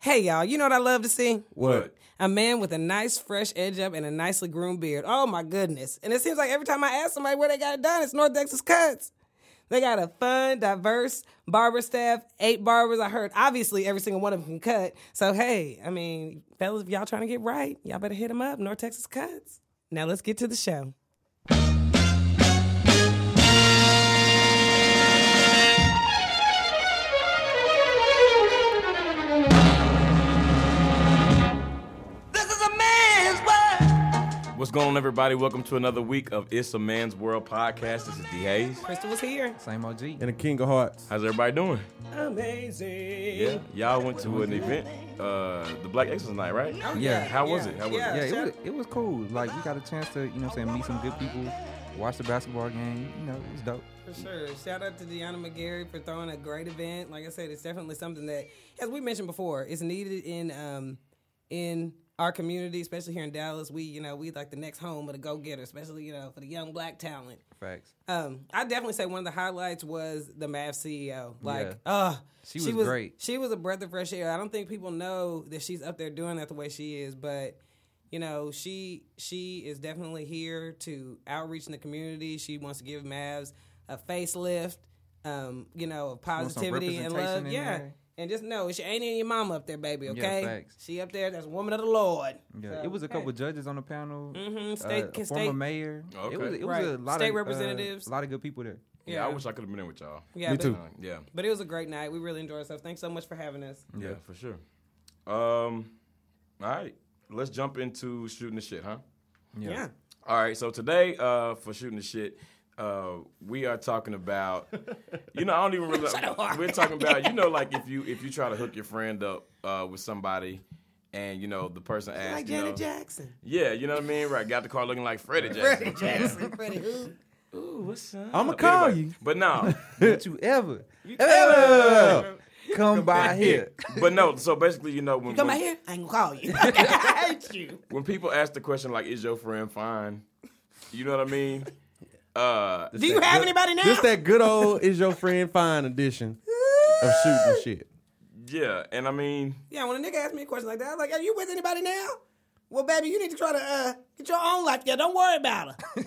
Hey, y'all, you know what I love to see? What? A man with a nice, fresh edge up and a nicely groomed beard. Oh, my goodness. And it seems like every time I ask somebody where they got it done, it's North Texas Cuts. They got a fun, diverse barber staff, eight barbers. I heard, obviously, every single one of them can cut. So, hey, I mean, fellas, if y'all trying to get right, y'all better hit them up, North Texas Cuts. Now, let's get to the show. This is a man's world. What's going on, everybody? Welcome to another week of It's a Man's World podcast. This is D Hayes. Crystal was here. Same OG. and a king of hearts. How's everybody doing? Amazing. Yeah. Y'all went to an event, uh, the Black Excellence Night, right? Oh, yeah. How was it? How was yeah, shout- it was, it was cool. Like we got a chance to, you know, what I'm saying meet some good people, watch the basketball game. You know, it was dope. For sure. Shout out to Deanna McGarry for throwing a great event. Like I said, it's definitely something that, as we mentioned before, is needed in um in our community, especially here in Dallas. We, you know, we like the next home of the go getter, especially, you know, for the young black talent. Facts. Um, I definitely say one of the highlights was the MAV CEO. Like, Yeah. uh, She was great. She was a breath of fresh air. I don't think people know that she's up there doing that the way she is, but you know, she she is definitely here to outreach in the community. She wants to give Mavs a facelift, um, you know, of positivity and representation love. in Yeah. there. And just know she ain't even your mama up there, baby. Okay, facts. she up there. That's a woman of the Lord. Yeah, So, it was a hey. couple judges on the panel. Mhm, uh, state- a former state- mayor. Okay. It was, it was Right. a lot State of uh, representatives. a lot of good people there. Yeah. I wish I could have been there with y'all. Yeah, Me but, too. Uh, yeah. But it was a great night. We really enjoyed ourselves. Thanks so much for having us. Yeah, for sure. Um, all right. Let's jump into shooting the shit, huh? Yeah. yeah. All right, so today uh, for shooting the shit, uh, we are talking about. You know, I don't even really. we're talking about you know, like if you if you try to hook your friend up uh, with somebody, and you know the person asks, Like you know- Janet Jackson. yeah, you know what I mean, right? Got the car looking like Freddie Jackson. Jackson, Freddie who? Ooh, what's up? I'ma call Anyway, you. But no, Did you ever, ever come by here? but no. So basically, you know, when Come out when, here. I ain't gonna call you. I hate you. when people ask the question like, "Is your friend fine?" You know what I mean? Uh, Do you have anybody now? This that good old is your friend fine edition of shooting shit. yeah, and I mean, yeah, when a nigga asked me a question like that, I was like, "Are you with anybody now?" Well, baby, you need to try to uh, get your own life. Yeah, don't worry about her.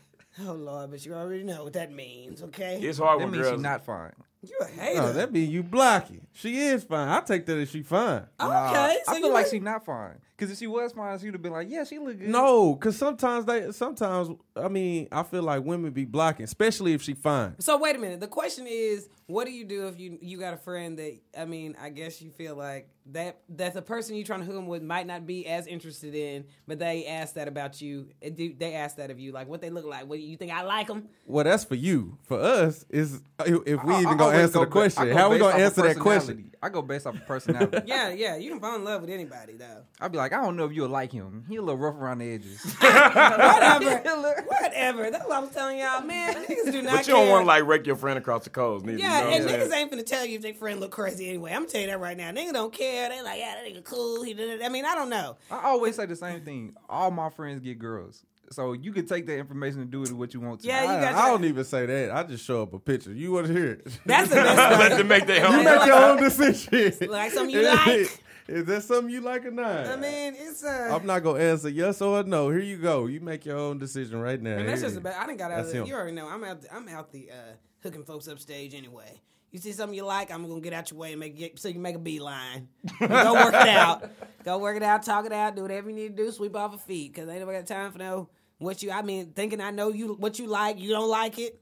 oh Lord, but you already know what that means, okay? it's hard That when means she's girls. not fine. You a hater. No, that be you blocking. She is fine. I take that as she fine. okay, so I you feel like ain't- she's not fine. Because if she was fine, she'd have been like, yeah, she look good. No, cause sometimes they sometimes I mean I feel like women be blocking, especially if she fine. So wait a minute. The question is, what do you do if you you got a friend that I mean, I guess you feel like that that the person you're trying to hook 'em with might not be as interested in, but they ask that about you. and do- They ask that of you, like what they look like. What you think I like them? Well, that's for you. For us is if if we I- I even gonna always answer go the ba- question. I go How we based gonna off of answer that question? personality. I go based off of personality. Yeah, yeah. You can fall in love with anybody though. I'd be like, I don't know if you'll like him. He a little rough around the edges. Whatever. Whatever. That's what I was telling y'all, man. Niggas do not. But you don't care. want to like rake your friend across the coals, neither. Yeah, you know and what I'm niggas saying? ain't finna tell you if they friend look crazy anyway. I'm gonna tell you that right now. Niggas don't care. They like, yeah, that nigga cool. He did it. I mean, I don't know. I always say the same thing. All my friends get girls. So you can take that information and do it what you want to. Yeah, you I, got I your- don't even say that. I just show up a picture. You want to hear it? That's the best. Let them make their own. you make your own decision. Like something you like. Is that something you like or not? I mean, it's uh. I'm not gonna answer yes or no. Here you go. You make your own decision right now. And that's Here. just about. I didn't got out of That's the, him. You already know. I'm out. The, I'm out the uh, hooking folks up stage anyway. You see something you like, I'm gonna get out your way and make get, so you make a beeline. Go work it out. Go work it out. Talk it out. Do whatever you need to do. Sweep off a feet because ain't nobody got time for no what you. I mean, thinking I know you what you like. You don't like it.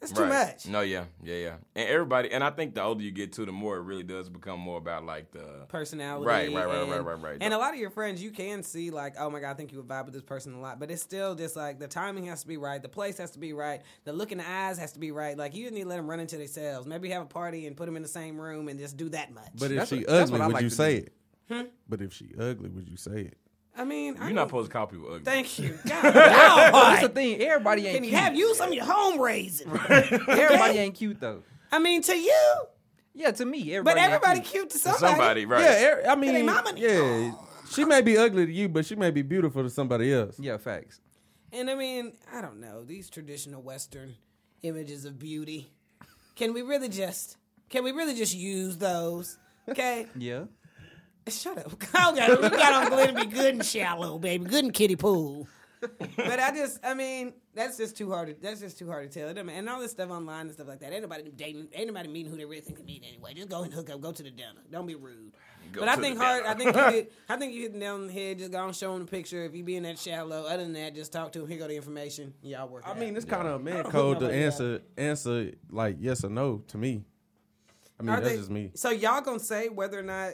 That's too Right. much. No, yeah, yeah, yeah. And everybody, and I think the older you get too, the more it really does become more about like the personality. Right, right, right, and, right, right, right. And a lot of your friends, you can see like, oh my god, I think you would vibe with this person a lot. But it's still just like the timing has to be right, the place has to be right, the look in the eyes has to be right. Like you need to let them run into themselves. Maybe have a party and put them in the same room and just do that much. But if That's she what- that's ugly, what I would like you to say do. Hmm? it? But if she ugly, would you say it? I mean, I You're don't- not supposed to call people ugly. Thank you. God, God, That's the thing. Everybody ain't Can you cute. have you some of your home raising? Everybody ain't cute though. I mean, to you, Yeah, to me, everybody. but ain't everybody cute cute. to To somebody. Somebody, right? Yeah, er- I they mean, mama- yeah. She may be ugly to you, but she may be beautiful to somebody else. Yeah, facts. And I mean, I don't know, these traditional Western images of beauty. Can we really just can we really just use those? Okay. Yeah. Shut up. I got, we got on Glenn to be good and shallow, baby. Good and kiddie pool. but I just, I mean, that's just too hard. To, that's just too hard to tell. I mean, and all this stuff online and stuff like that. Ain't nobody dating. Ain't nobody meeting who they really think they meet anyway. Just go and hook up. Go to the dinner. Don't be rude. Go but I to think the hard. I dinner. think you hit, I think you hit the nail on the head. Just go and show them the picture. If you being that shallow, other than that, just talk to them. Here go the information. Y'all work. I it mean, out. it's kind of a man code to about that. answer answer like yes or no to me. I mean, Are that's they- just me. So y'all gonna say whether or not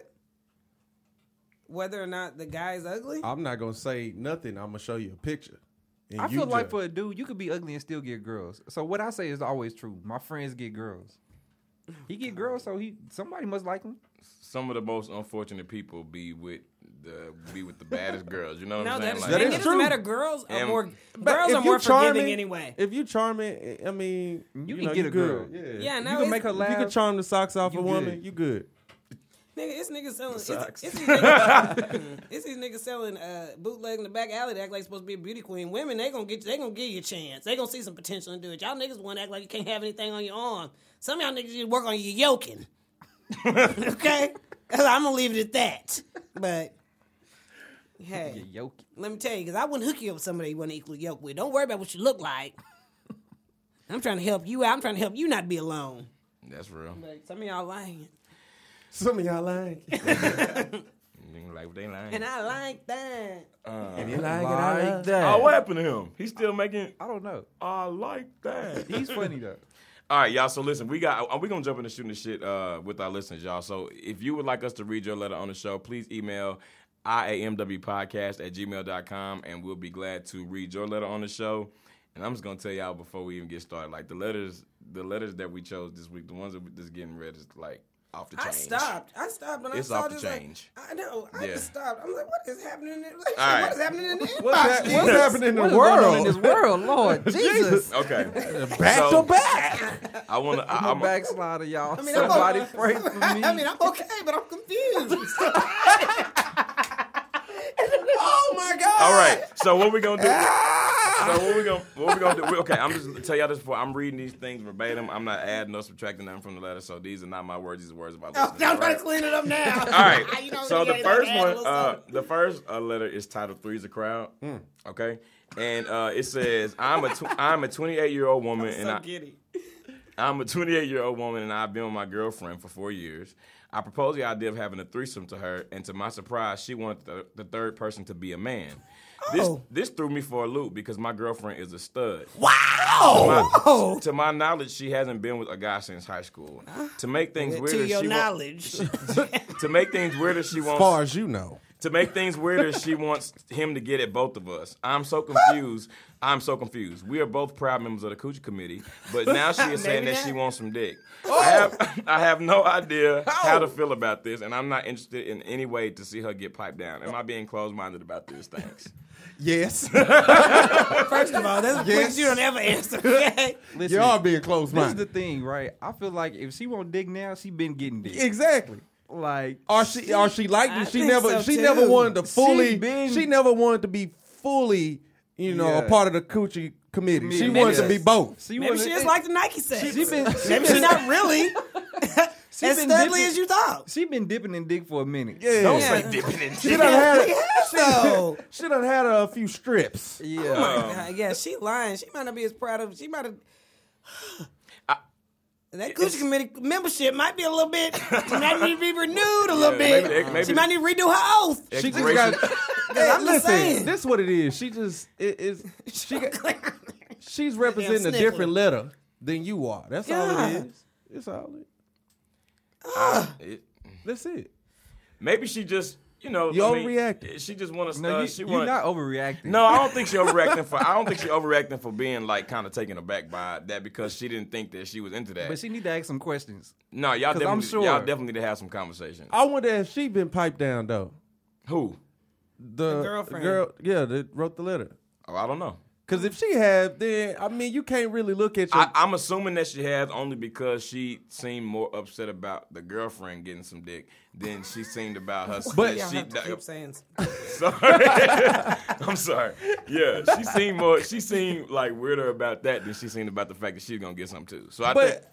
whether or not the guy is ugly? I'm not gonna say nothing. I'm gonna show you a picture. And I you feel like judge. for a dude, you could be ugly and still get girls. So what I say is always true. My friends get girls. He get girls, so he somebody must like him. Some of the most unfortunate people be with the be with the baddest girls. You know what no, I'm that saying? is, Like, and is it doesn't true. matter. Girls are And- more But girls if are you more forgiving charming- anyway. If you charming, I mean, You you can know, get you a girl. good. Yeah, Yeah, no, you can it's- make her You laugh. You can charm the socks off You a woman. good. You good. Nigga, it's niggas selling. It's, Sucks. it's, these niggas, it's these niggas selling uh, bootleg in the back alley. That act like supposed to be a beauty queen. Women, they gonna get. They gonna give you a chance. They gonna see some potential and do it. Y'all niggas want to act like you can't have anything on your arm. Some of y'all niggas need to work on your yoking. okay, I'm gonna leave it at that. But You hey, yoke. let me tell you, because I wouldn't hook you up with somebody you want to equally yoke with. Don't worry about what you look like. I'm trying to help you out. I'm trying to help you not be alone. that's real. But some of y'all lying, Some of y'all lying. They Like they lying. and I like that. you like, it, I Like love it. that. Oh, what happened to him? He's still making. I don't know. I like that. He's funny though. All right, y'all. So listen, we got uh, we gonna jump into shooting the shit uh, with our listeners, y'all. So if you would like us to read your letter on the show, please email iamwpodcast at gmail.com and we'll be glad to read your letter on the show. And I'm just gonna tell y'all before we even get started, like the letters the letters that we chose this week, the ones that we just getting read is like off the I change. stopped. I stopped when It's I saw off the this. change. Like, I know. I Yeah. just stopped. I'm like, what is happening? In, like, right. What is happening in the inbox? What's, hap- what's happening in the What is going on in world? this world, Lord Jesus? Okay. Back So- to back. I wanna I, I'm a I'm backslider, y'all. mean, I'm Somebody a- pray for me. I mean, I'm okay, but I'm confused. oh my God. All right. So what we gonna do? so what we gonna what we gonna do? we- okay, I'm just gonna tell y'all this before. I'm reading these things verbatim. I'm not adding or subtracting nothing from the letter. So these are not my words. These are words of my listeners. I'm all trying right. to clean it up now. All right. You know, so you the gotta first add a one, little uh, something. Hmm. the first uh, letter is titled "Three's a Crowd." Okay, and uh, it says, "I'm a tw- I'm a 28 year old woman, uh, and so I, giddy. I'm a 28 year old woman and I've been with my girlfriend for four years. I proposed the idea of having a threesome to her, and to my surprise, she wanted the, the third person to be a man. Oh. This this threw me for a loop because my girlfriend is a stud. Wow. My- to my knowledge, she hasn't been with a guy since high school. To make things weirder, Ah. to your she wa- knowledge, to make things weirder, she As wants far as you know, to make things weirder, she wants him to get at both of us. I'm so confused. I'm so confused. We are both proud members of the Coochie Committee, but now she is saying Maybe that not. Oh! she wants some dick. I, have, I have no idea how to feel about this, and I'm not interested in any way to see her get piped down. Am I being closed minded about this? Thanks. yes, first of all, that's a Yes. question you don't ever answer. Okay? Listen, y'all being close this is the minded. thing, right? I feel like if she won't dig now, she been getting dick. Exactly. like Or she, or she liked I it. She think never, so, she too. never wanted to She fully. been- she never wanted to be fully, you know, a Yeah. part of the coochie committee. She Maybe wanted to that's- be both. she Maybe wasn't- she just like the Nike sex. she been she Maybe been- she's not really she as studly been dipping- as you thought. She been dipping in dick for a minute. Yeah. Don't Yeah. say dipping in She dick. done had, So. she done had a few strips. Yeah. Um, Uh, yeah, she lying. She might not be as proud of. She might have. that Coochie Committee membership might be a little bit. might need to be renewed a little Yeah, maybe bit. they- maybe- she might need to redo her oath. She just Expiration. got. Hey, I'm I'm listen, just saying. this what it is. She just it is. She got, she's representing a sniffling. different letter than you are. That's all Yeah. it is. It's all it. It- That's it. Maybe she just, you know, You I mean, overreacted. She just wants to. No, you, she you're want, not overreacting. No, I don't think she overreacting for. I don't think she overreacting for being like kind of taken aback by that because she didn't think that she was into that. but she need to ask some questions. no, y'all 'cause definitely, I'm y'all sure. definitely need to have some conversation. I wonder if she been piped down though. Who? The, girlfriend. girl, yeah, that wrote the letter. Oh, I don't know. Because if she have, then I mean, you can't really look at your. I, I'm assuming that she has only because she seemed more upset about the girlfriend getting some dick than she seemed about her. But- Y'all she, have to keep saying. sorry, I'm sorry. Yeah, she seemed more. She seemed like weirder about that than she seemed about the fact that she's gonna get some too. So I think but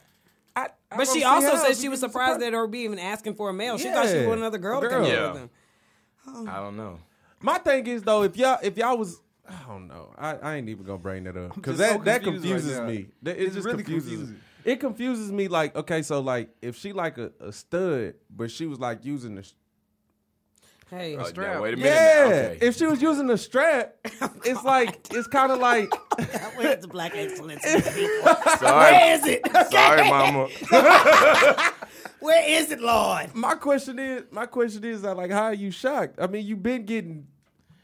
I, I But don't she see also how said it's she was a surprised surprise. at her being even asking for a male. She thought she Yeah. wanted another girl, to come Girl. out with them. I don't know. My thing is though, if y'all if y'all was I don't know. I, I ain't even gonna bring that up because just that, so that confused right confuses now. me. That, it It's just really confuses. confusing. It confuses me. Like okay, so like if she like a, a stud, but she was like using the Hey, Uh, strap. now, wait a minute. yeah. now, Okay. If she was using the strap, it's like it's kind of like where's the black excellence? Sorry, is it? sorry, mama. Where is it, Lord? my question is my question is that like how are you shocked? I mean, you've been getting,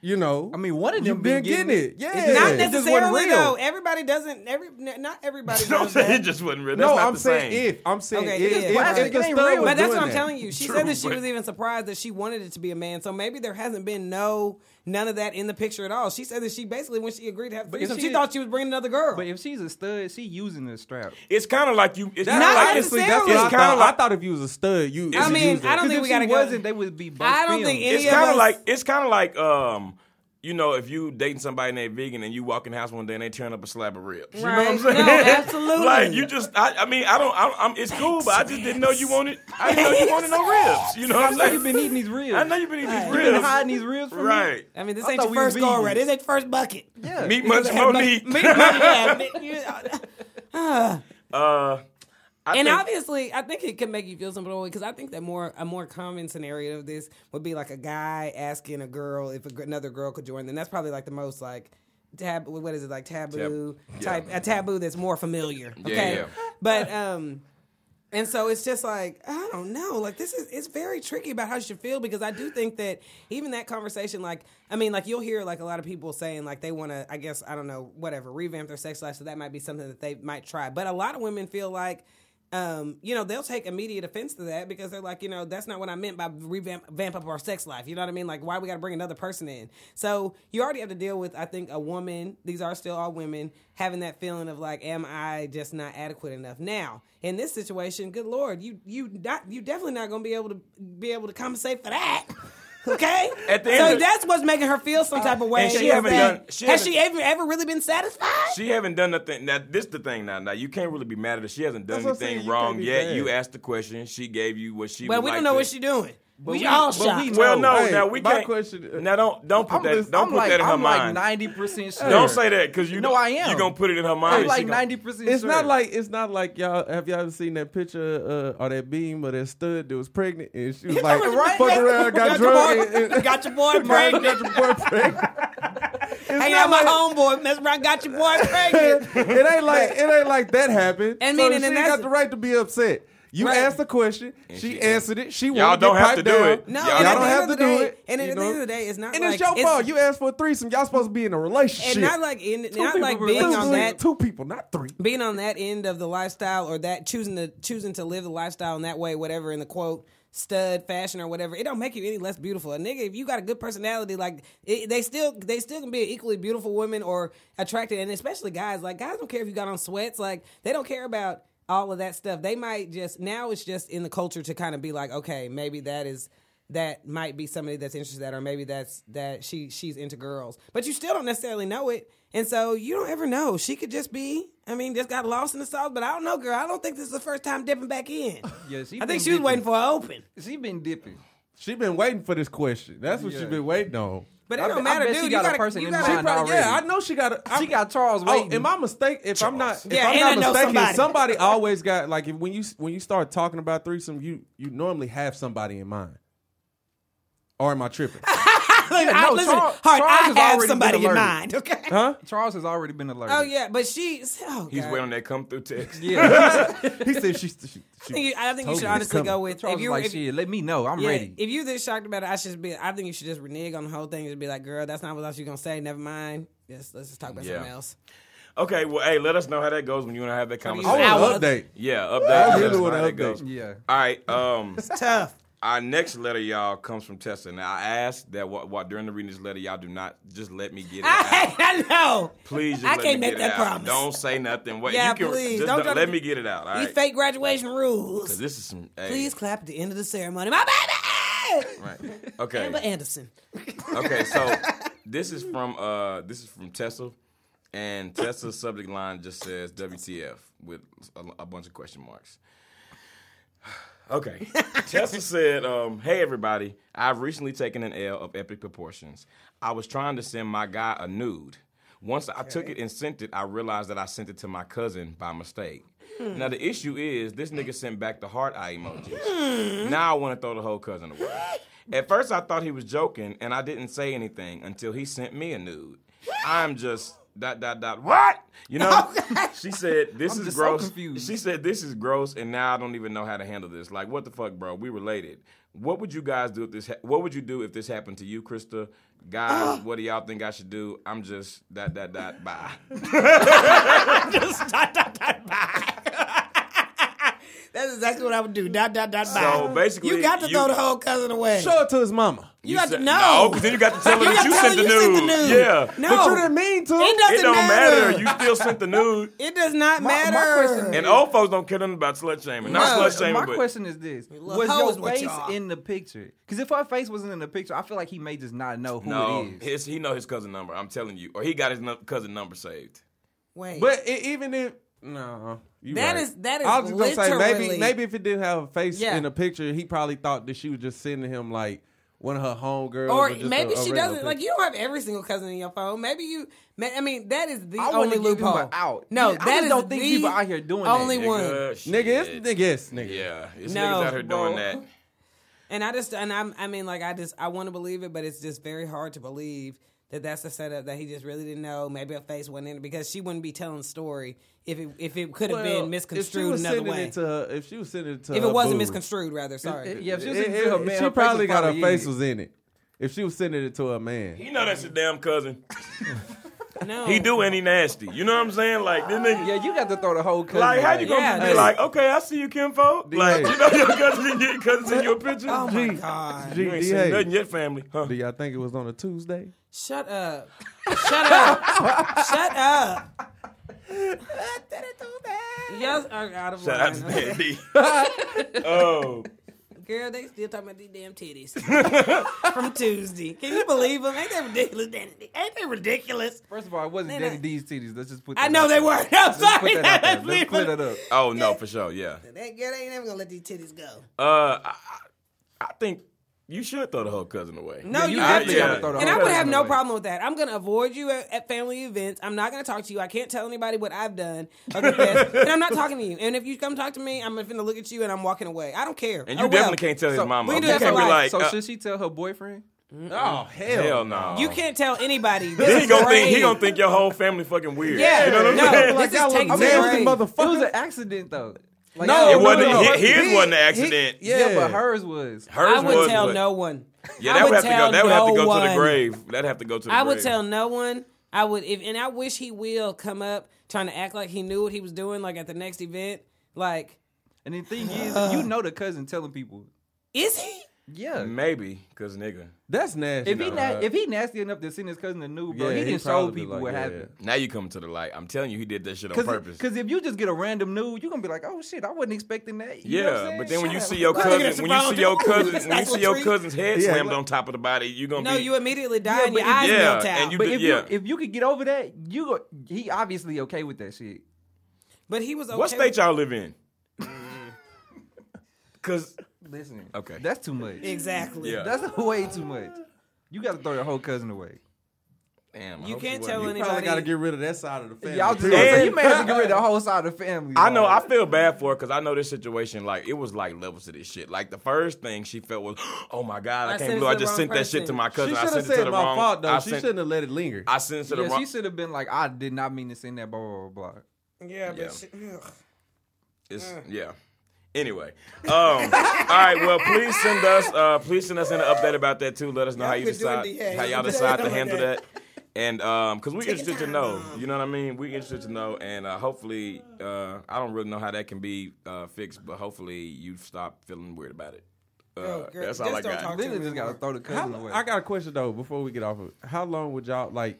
you know. I mean, one of them you've been getting it. Yeah, Not It just wasn't necessarily real. though. Everybody doesn't. Every n- not everybody Don't knows say it that. just wasn't real. That's No, not I'm the saying same. if I'm saying Okay, if, yeah, if, yeah. if, Right. the It ain't stud real. was But that's doing what I'm that. telling you. She True, said that she but- was even surprised that she wanted it to be a man. So maybe there hasn't been no none of that in the picture at all. She said that she basically when she agreed to have if threesome, she, she- thought she was bringing another girl. But if she's a stud, she using the strap. It's kind of like you. It's That's kinda Not like honestly, that's necessarily. what I It's kinda thought. like- I thought if you was a stud, you. I you mean, used it. I don't 'Cause think if we she gotta go- wasn't, they would be both I don't think filmed. any it's of kind us- of like it's kind of like um you know if you dating somebody and they vegan and you walk in the house one day and they tearing up a slab of ribs you know what i'm Right. saying No, absolutely. like you just i, I mean i don't I, i'm it's cool but i just didn't know you wanted i didn't know you wanted no ribs you know what i'm I know you've saying been eating these ribs. i know you've been eating these Right. You've been ribs hiding these ribs from me? right I mean, this I ain't thought your we first were go vegan. around. This ain't your first bucket. Yeah. meat munch monique Me- yeah, me- you- uh I and think- obviously, I think it can make you feel some way because I think that more a more common scenario of this would be like a guy asking a girl if a, gr- another girl could join them. That's probably like the most like tab. What is it like taboo Tab- type a taboo that's more familiar. Okay, yeah. but um. And so it's just like I don't know. Like this is it's very tricky about how you should feel because I do think that even that conversation, like I mean, like you'll hear like a lot of people saying like they want to, I guess I don't know, whatever, revamp their sex life. So that might be something that they might try. But a lot of women feel like. Um, you know, they'll take immediate offense to that because they're like, you know, that's not what I meant by revamp vamp up our sex life. You know what I mean? Like, why we got to bring another person in? So you already have to deal with, I think, a woman. These are still all women having that feeling of like, am I just not adequate enough? Now, in this situation, good lord, you you not you definitely not gonna be able to be able to compensate for that. Okay, At the so end of- that's what's making her feel some type of way. she is haven't that- done- she has haven't- she ever ever really been satisfied? she haven't done nothing. Now this the thing. Now, now you can't really be mad at her. She hasn't done That's what I'm saying, anything you can't wrong be yet. mad. You asked the question. She gave you what she. well, would we like don't know to- what she's doing. We, we- all but we shocked. know- Well, no, Hey, now we my can't. question is- now don't don't put I'm that just- don't I'm put like, that in her I'm mind. like ninety percent sure. Don't say that because you No, I am. You're gonna put it in her mind. I'm like She gonna- ninety percent. It's not like it's not like y'all have y'all ever seen that picture uh, or that beam of that stud that was pregnant and she was like right? fuck around, got drunk, and, and, got your boy got pregnant. your boy pregnant. Hang out my homeboy. That's right. Got your boy pregnant. it ain't like it ain't like that happened. And so meaning- she and that's- got the right to be upset. You Right. asked the question, she, she- answered it. She Y'all wanted don't get have piped to do down. it. No, Y'all and don't at the have end to of the do day- it, And at you the know? end of the day, it's not And like it's your fault. You asked for a threesome. Y'all supposed to be in a relationship. and not like in, not people like were being two, really on people- that two people, not three. being on that end of the lifestyle or that choosing to choosing to live the lifestyle in that way, whatever in the quote stud fashion or whatever, it don't make you any less beautiful. A nigga, if you got a good personality, like it, they still they still can be an equally beautiful woman or attractive, and especially guys. Like guys don't care if you got on sweats, like they don't care about all of that stuff. They might just now it's just in the culture to kind of be like, okay, maybe that is that might be somebody that's interested in that or maybe that's that she she's into girls but you still don't necessarily know it and so you don't ever know she could just be i mean just got lost in the sauce but i don't know girl i don't think this is the first time dipping back in Yeah, she i been think she was dipping. waiting for an open she been dipping. She been waiting for this question. That's what she she Yeah. been waiting on. but it I don't bet- I matter bet dude she you got a gotta, person you in gotta, mind Pro- already. yeah, I know she got. A, I, She got Charles Oh, waiting. am I mistaken? If I'm not, if Yeah, I'm and I not know mistaken, somebody. somebody. always got like if when you when you start talking about threesome, you you normally have somebody in mind. Or am I tripping? I, no, listen, Charles- Hart, Charles has I have already somebody in been alerted. mind okay Huh? Charles has already been alerted. oh yeah but she oh, He's God. waiting on that come through text. Yeah. He said she. she, I think she you, I think you should Totally. honestly Come go on. with Charles if is you like, if, shit, let me know. I'm Yeah, ready. If you this shocked about it, I should be. I think you should just renege on the whole thing and just be like, "Girl, that's not what else you gonna say. Never mind. Just, let's just talk about Yeah. something else." Okay, well, hey, let us know how that goes when you and I have that you conversation. I Hours. want an update. Yeah, update. really Let us know want how an that update. goes. Yeah. All right. Um, Tough. our next letter, y'all, comes from Tessa. Now, I asked that while, while during the reading this letter, y'all do not just let me get it I, out. I know. Please, just I let can't me make get it that out. promise. Don't say nothing. Wait, Yeah, you can, please, don't Just don't- try to- let me get it out. All These right. fake graduation rules. 'Cause This is some. hey, Please clap at the end of the ceremony, my baby. Right. Okay. Amber Anderson. Okay, so this is from uh this is from Tessa, and Tessa's subject line just says WTF with a, a bunch of question marks. Okay. Tesla said, um, Hey, everybody, I've recently taken an L of epic proportions. I was trying to send my guy a nude. Once I took it and sent it, I realized that I sent it to my cousin by mistake. Now, the issue is, this nigga sent back the heart eye Hmm. emojis. now I want to throw the whole cousin away. At first, I thought he was joking, and I didn't say anything until he sent me a nude. I'm just. Dot dot dot. What? You know? She said this Oh, I'm is just so gross. confused. she said this is gross, and now I don't even know how to handle this. Like, what the fuck, bro? We related. What would you guys do if this? Ha- what would you do if this happened to you, Krista? Ah. Guys, what do y'all think I should do? I'm just dot dot dot. Bye. That's exactly what I would do. Dot dot dot. So bye. basically, you got to you- throw the whole cousin away. Show it to his mama. You got to said- know. No, 'cause then you got to tell her You that gotta you tell sent the her you sent nude. the nude. Yeah. No. But you didn't mean to. It doesn't It don't matter. matter. You still sent the nude. It does not my matter. question- And old folks don't care nothing about slut shaming. Not No. slut shaming, My but question is this: love Was hoes your with face y'all. in the picture? Because if her face wasn't in the picture, I feel like he may just not know who no, it is. his, he know his cousin number. I'm telling you, or he got his nu- cousin number saved. Wait. But it, even if no, you That right. is- that is I was just gonna say literally- maybe maybe if it didn't have a face Yeah. in the picture, he probably thought that she was just sending him like one of her homegirls, or just maybe a- a she regular doesn't picture. like you don't have every single cousin in your phone. Maybe you. ma- I mean, that is the I wouldn't only give people loophole. out. No, I that just is don't think the people out here doing that, only Nigga, one. shit. nigga. It's nigga, yes, nigga. Yeah, it's No, niggas out here doing bro. that. And I just and I'm, I mean, like I just I want to believe it, but it's just very hard to believe that that's the setup that he just really didn't know. Maybe her face went in it because she wouldn't be telling the story if it if it could have Well, been if she misconstrued was another sending way. It to her, if she was sending it to if Uh, her it wasn't boo, misconstrued, rather sorry. Yeah, if she it- was it- in the man, she her face probably was got her probably face in it. was in it. If she was sending it to her man, You know that's your damn cousin. no, He do any nasty. You know what I'm saying? Like this nigga. Yeah, you got to throw the whole cousin. Like how you away. gonna Yeah, be this- like, okay, I see you, Kimfo. Like Yeah. you know your cousin in your cousin's in your picture. Oh my god! G, you ain't D, seen hey, nothing yet, family. Huh? do y'all think it was on a Tuesday? Shut up! Shut up! Shut up! Yes, are out of Shout out to line. Daddy D. oh, Girl, they still talking about these damn titties from Tuesday. Can you believe them? Ain't they ridiculous? Daddy D? Ain't they ridiculous? First of all, it wasn't Then I- Daddy D's titties. Let's just put. I that know out they there. weren't. I'm Let's sorry. put that out there. Let's clear that up. oh no, for sure, yeah. That girl ain't never gonna let these titties go. Uh, I, I think you should throw the whole cousin away. No, you, you have definitely to. gotta throw the and I whole would thing have no away. problem with that. I'm gonna avoid you at, at family events. I'm not gonna talk to you. I can't tell anybody what I've done. or confessed. and I'm not talking to you. And if you come talk to me, I'm gonna look at you and I'm walking away. I don't care. And you Oh, well. definitely can't tell his So, mama. we You can do that can't for be life. like, So uh, should she tell her boyfriend? Oh hell, hell no. You can't tell anybody. Then This is Oh. he gonna think he grade. gonna think your whole family fucking weird. Yeah. you know what I'm No, saying? like, this is taking I'm to nasty grade. It was motherfucker. an accident though. Like, No, it wasn't. no, no. hi- His He- wasn't an he- accident. yeah. yeah, but hers was. I Hers would was, tell but- no one. Yeah, I that would have to tell go. That would have to no go to the one. grave. That'd have to go to the I grave. would tell no one. I would if and I wish he will come up trying to act like he knew what he was doing, like at the next event. Like, And the thing is, you know the cousin telling people. Mm, is he? Uh. Yeah. Maybe, cause nigga. That's nasty. If he though, na- right? if he nasty enough to send his cousin a nude, bro, Yeah, he he didn't show probably be people like, what yeah, happened. Now you come to the light. I'm telling you, he did that shit on purpose. Because if you just get a random nude, you're gonna be like, oh shit, I wasn't expecting that. You know what I'm yeah, saying? but then when you Shut see up. your Look at this cousin, when you phone. see your This cousin, when you nice see your little cousin's head Yeah, slammed like- on top of the body, you gonna No, be you immediately die and but your if- eyes yeah, melt out. and you But do- if yeah. you if you could get over that, you go, he obviously okay with that shit. but he was okay. Mm-hmm. What state y'all live in? Cause Listen, Okay. that's too much. Exactly. Yeah. That's way too much. You got to throw your whole cousin away. damn, I You hope can't wasn't- tell you probably anybody- got to get rid of that side of the family. Y'all just period. And- you may have to get rid of the whole side of the family. I know. I dog. feel bad for her because I know this situation. Like it was like levels to this shit. Like the first thing she felt was, "Oh my god, I I, can't sent it believe I to the just wrong sent that shit to person. my she cousin. I should have sent it to said the my wrong. fault though. I she sent- shouldn't have let it linger. I sent it to the yeah, wrong. she should have been like, I did not mean to send that. Blah blah blah. blah. Yeah, but Yeah. she- ugh. It's yeah. Anyway, um, all right. Well, please send us. Uh, please send us an update about that too. Let us know how you been doing decide DA. how y'all Y'all been decide to doing handle that, that. and um, because we're interested to time know. off. You know what I mean? We're interested to know, and uh, hopefully, uh, I don't really know how that can be uh, fixed, but hopefully, you stop feeling weird about it. Uh, Oh, girl, that's all just I don't got. talk to Literally just got to throw the cousin How- away. I got a question though. Before we get off of it, how long would y'all like?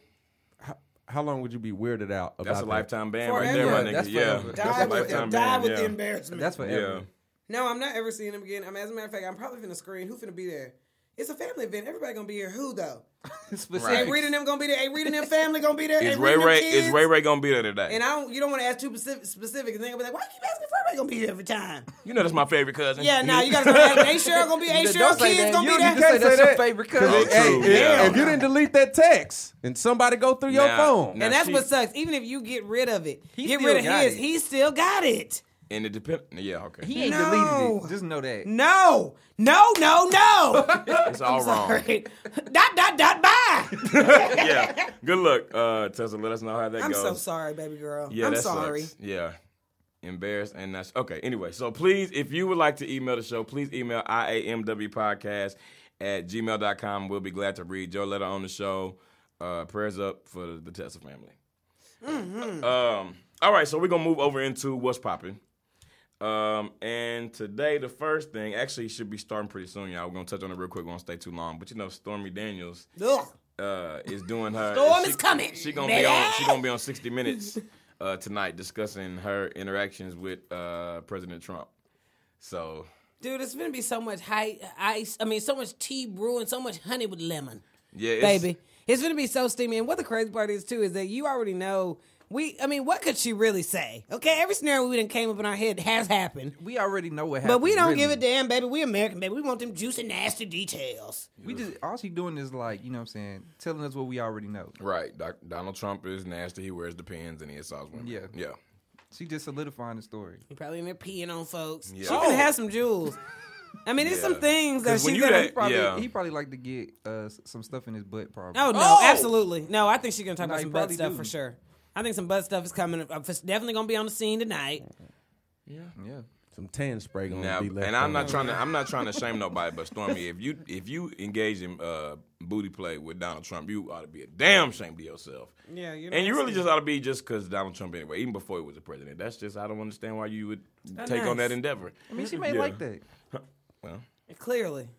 How, how long would you be weirded out about That's a that? lifetime ban Forever. right there, my Yeah, nigga. that's yeah, forever. that's die a with, lifetime die ban. with yeah. the embarrassment. That's yeah. forever. no, I'm not ever seeing him again. I mean, as a matter of fact, I'm probably finna scream. Who finna be there? It's a family event. Everybody gonna be here. Who though? Specific. Ain't reading them gonna be there. Ain't reading them family gonna be there. Is Ain't Ray reading Ray them kids. is Ray Ray gonna be there today? And I don't. You don't want to ask too specific. Specific. And they gonna be like, why you keep asking if Ray Ray gonna be here every time? you know that's my favorite cousin. Yeah, now you gotta ask. Ain't Cheryl gonna be? Ain't Don't Cheryl say kids that. gonna You be there? don't need to say that's your that. favorite 'Cause Oh, it- hey, true. if- Yeah. if you didn't delete that text and somebody go through your Now- phone, now- And that's she- what sucks. Even if you get rid of it, He get still rid of got his, it. he still got it. And it depends. Yeah, okay. He ain't No. deleted it. Just know that. No, no, no, no. it's all wrong. Sorry. dot dot dot. Bye. yeah. Good luck, uh, Tessa. Let us know how that I'm goes. so sorry, baby girl. Yeah, I'm that sorry. Sucks. Yeah. Embarrassed and that's okay. Anyway, so please, if you would like to email the show, please email IAMWpodcast at gmail.com. We'll be glad to read your letter on the show. Uh, prayers up for the, the Tessa family. Mm-hmm. Um, all right, so we're gonna move over into what's popping. Um, and today the first thing actually should be starting pretty soon, y'all. We're gonna touch on it real quick, won't stay too long. But you know, Stormy Daniels Ugh. uh, is doing her. Storm she- is coming, She gonna be baby. on. She gonna be on 60 Minutes uh, tonight discussing her interactions with uh, President Trump. So Dude, it's gonna be so much high ice. I mean, so much tea brewing, so much honey with lemon. yeah, it's, baby. It's gonna be so steamy. And what the crazy part is too is that you already know we. I mean, what could she really say? Okay, every scenario we done came up in our head has happened, We already know what happened. but we don't give a really. damn, baby. We American, baby. We want them juicy, nasty details. We just all she doing is like you know what I'm saying, telling us what we already know. Right, Doc, Donald Trump is nasty. He wears the pins and he assaults women. Yeah. yeah. She just solidifying the story. You probably in there peeing on folks. She Yeah. Oh. can have some jewels. I mean, there's some things that 'Cause when she's you gonna. that- Probably, Yeah. he probably like to get uh, s- some stuff in his butt. Probably. Oh no, Oh! absolutely no. I think she's gonna talk No, about you some butt probably stuff do. for sure. I think some butt stuff is coming. up. It's definitely gonna be on the scene tonight. yeah. some tan spray gonna Now, be left. and I'm on not it. trying to. I'm not trying to shame nobody, but Stormy, if you if you engage in uh, booty play with Donald Trump, you ought to be a damn shame to yourself. Yeah, you're and you really just ought to be just because Donald Trump anyway, even before he was the president. That's just I don't understand why you would take on nice. that endeavor. I mean, she may Yeah. like that. Well, clearly.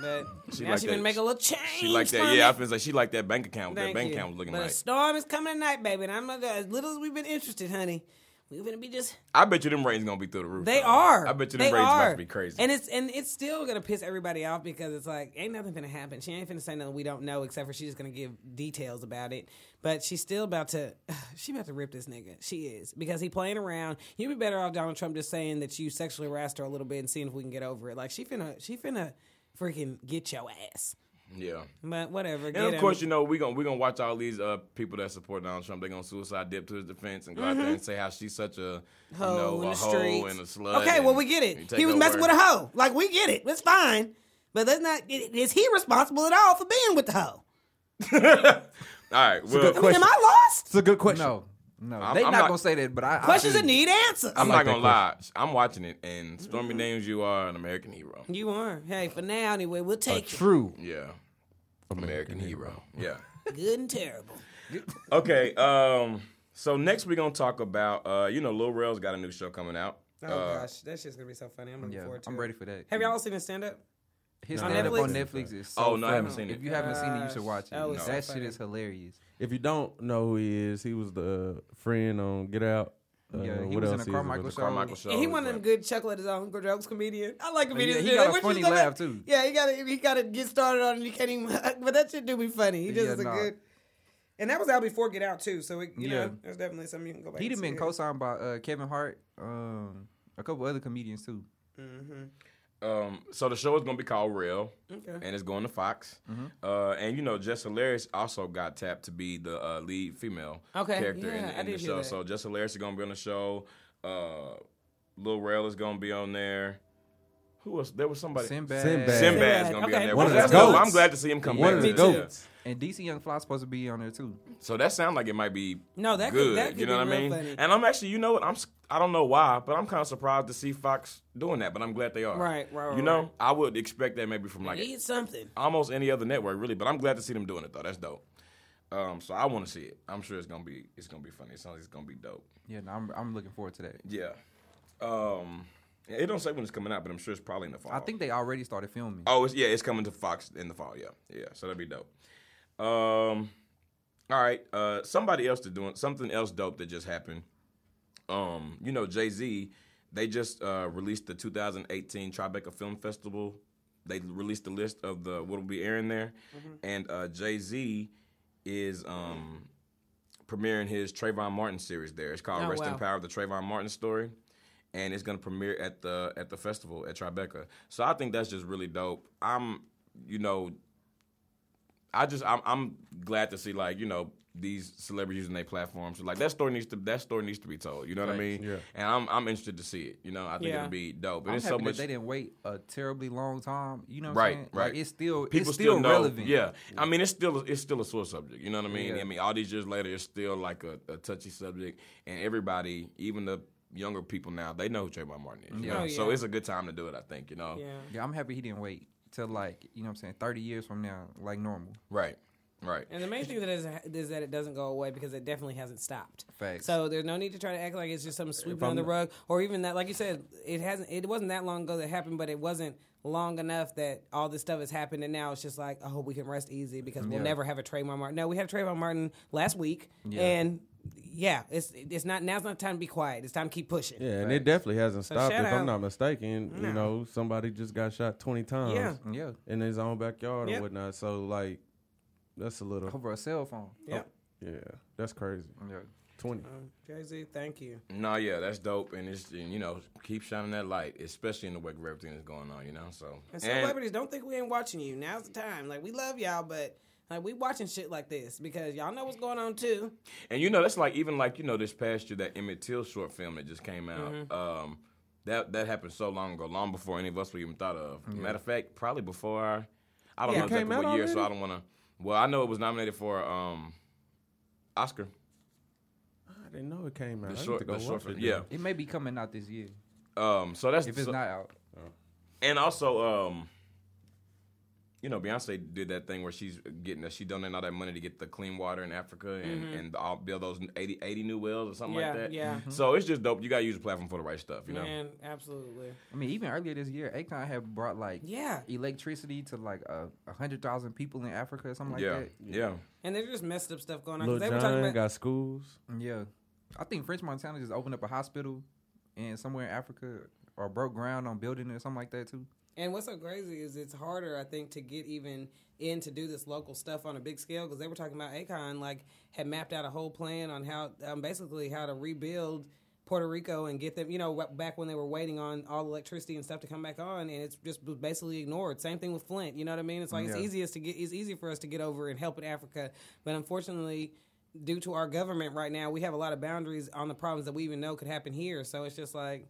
But She now like she that. gonna make a little change. she like that. from Yeah, I it. was like she like that bank account. That Thank bank you. account was looking but like. a storm is coming tonight, baby, and I'm not as little as we've been interested, honey. We're gonna be just. I bet you them ratings gonna be through the roof. They though. are. I bet you them they ratings are. about to be crazy. And it's and it's still gonna piss everybody off because it's like ain't nothing gonna happen. She ain't finna say nothing we don't know except for she's just gonna give details about it. But she's still about to. She about to rip this nigga. She is because he playing around. You'd be better off Donald Trump just saying that you sexually harassed her a little bit and seeing if we can get over it. Like she finna she finna freaking get your ass. yeah. But whatever. And of course, you know we gonna we gonna watch all these uh, people that support Donald Trump. They gonna suicide dip to his defense and go out there and say how she's such a you Mm-hmm. in know, a the hoe streets. and a slut. Okay, and well we get you it. take He was her messing word. with a hoe. Like we get it. It's fine. But that's not. i- Is he responsible at all for being with the hoe? All right, well, good I question. mean, am I lost? It's a good question. No, no, I'm- they I'm not not- gonna say that. But I I Questions that feel you. need answers. I'm like not that gonna lie. I'm watching it, and Stormy Mm-hmm. Daniels, you are an American hero. you are. Hey, for now anyway, we'll take it. True. Yeah, American hero. Yeah. Good and terrible. Okay. Um. So next we're gonna talk about. Uh. You know, Lil Rel's got a new show coming out. Oh Uh, gosh, that shit's gonna be so funny. I'm looking Yeah, forward to. I'm it. ready for that. Have y'all seen his stand up? His On stand up on Netflix? Netflix is so Oh, no, I haven't funny. seen it. If you haven't seen it, you should Gosh, watch it. that was so that funny. shit is hilarious. If you don't know who he is, he was the friend on Get Out. Uh, Yeah, what he was in else a is it? Carmichael Was it- show. Carmichael show. And he is one of them like- good chuckle at his own jokes comedians. I like comedians. he do got that. a What you funny gonna- laugh, too. Yeah, he got to he got to get started on. it. He can't even. But that shit do be funny. He just Yeah, is a nah. good. And that was out before Get Out too. So it, you Yeah. know, there's definitely something you can go back. He and done been see. co-signed by uh, Kevin Hart, um, a couple other comedians too. Um. So the show is gonna be called Real. Okay. And it's going to Fox. Mm-hmm. Uh. And you know, Jess Hilarious also got tapped to be the uh, lead female Okay, character in, yeah, in I the did hear show. that. So Jess Hilarious is gonna be on the show. Uh. Lil Rel is gonna be on there. Who else? There was somebody. Sinbad, Sinbad. Sinbad's gonna be Okay. on there. One which of the is dope. goats. I'm glad to see him come One back. of to the too. this, yeah. goats. and DC Young Fly supposed to be on there too. So that sounds like it might be No, that could- good. that could you know be what I real mean? funny. And I'm actually, you know what? I'm s- I don't know why, but I'm kind of surprised to see Fox doing that. But I'm glad they are. Right, right, right, You know, right. I would expect that maybe from like Need something. almost any other network, really. But I'm glad to see them doing it though. That's dope. Um, so I want to see it. I'm sure it's gonna be it's gonna be funny. It sounds like it's gonna be dope. Yeah, no, I'm I'm looking forward to that. Yeah. Um, it don't say when it's coming out, but I'm sure it's probably in the fall. I think they already started filming. Oh, it's, yeah, it's coming to Fox in the fall. Yeah, yeah. So that'd be dope. Um, all right. Uh, somebody else to doing something else dope that just happened. Um, you know, Jay Z. They just uh, released the 2018 Tribeca Film Festival they released the list of the what will be airing there, Mm-hmm. and uh, Jay Z is um, premiering his Trayvon Martin series there. It's called Oh, Rest wow. in Power: The Trayvon Martin Story, and it's gonna premiere at the at the festival at Tribeca. So I think that's just really dope. I'm, you know, I just I'm, I'm glad to see like you know these celebrities using their platforms. So, like that story needs to that story needs to be told. You know what I mean? Yeah. And I'm I'm interested to see it. You know, I think Yeah. it'll be dope. And I'm it's happy so that much they didn't wait a terribly long time. You know what Right, I'm saying? right. Like it's still people it's still, know. relevant. Yeah. I mean, it's still it's still a sore subject. You know what I mean? Yeah. I mean, all these years later, it's still like a, a touchy subject, and everybody, even the younger people now, they know who Trayvon Martin is. You know? Oh, So yeah. it's a good time to do it. I think. You know. Oh. Yeah. Mm-hmm. Yeah, I'm happy he didn't wait till like, you know what I'm saying, 30 years from now, like normal. Right. Right. And the main thing that is, is that it doesn't go away because it definitely hasn't stopped. Facts. So there's no need to try to act like it's just something sweeping on the rug, or even that, like you said, it hasn't. It wasn't that long ago that happened, but it wasn't long enough that all this stuff has happened, and now it's just like, oh, we can rest easy because we'll never have a Trayvon Martin. No, we had Trayvon Martin last week, and yeah, it's it's not now's not time to be quiet. It's time to keep pushing. Yeah, and it definitely hasn't stopped. shout If I'm out. not mistaken, No. you know, somebody just got shot 20 times Yeah. Yeah. in his own backyard Yep. or whatnot. So, like, that's a little, Over a cell phone. Yep. yeah, that's crazy. Yeah. 20. Jay Z, thank you. No, yeah, that's dope, and it's and, you know keep shining that light, especially in the wake of everything that's going on, you know. So And and- celebrities don't think we ain't watching you. Now's the time. Like we love y'all, but like we watching shit like this because y'all know what's going on too. And you know, that's like even like you know this past year that Emmett Till short film that just came out. Um, that that happened so long ago, long before any of us were even thought of. Matter of fact, probably before our- I don't Yeah. know It exactly came what out year, so I already? don't want to. Well, I know it was nominated for um, Oscar. I didn't know it came out. I The need to short, go the short watch film. it Yeah. then. It may be coming out this year. Um, so that's If it's so- not out. and also um you know beyonce did that thing where she's getting she donated all that money to get the clean water in africa and and all, build those 80, 80 new wells or something Mm-hmm. Yeah, like that yeah. so it's just dope you gotta use the platform for the right stuff you know Man, absolutely. I mean, even earlier this year, Akon had brought like Yeah. electricity to like a hundred thousand people in Africa or something like yeah, that. yeah And they just messed up stuff going on. 'cause Lil they were talking John about, got schools. Yeah, I think French Montana just opened up a hospital in somewhere in Africa or broke ground on building it or something like that too. and what's so crazy is it's harder, I think, to get even in to do this local stuff on a big scale because they were talking about Akon like had mapped out a whole plan on how um, basically how to rebuild Puerto Rico and get them, you know, wh- back when they were waiting on all the electricity and stuff to come back on, and it's just b- basically ignored. Same thing with Flint. You know what I mean? It's like it's Yeah. easiest to get, it's easy for us to get over and help in Africa, but unfortunately. Due to our government right now, we have a lot of boundaries on the problems that we even know could happen here. So it's just like,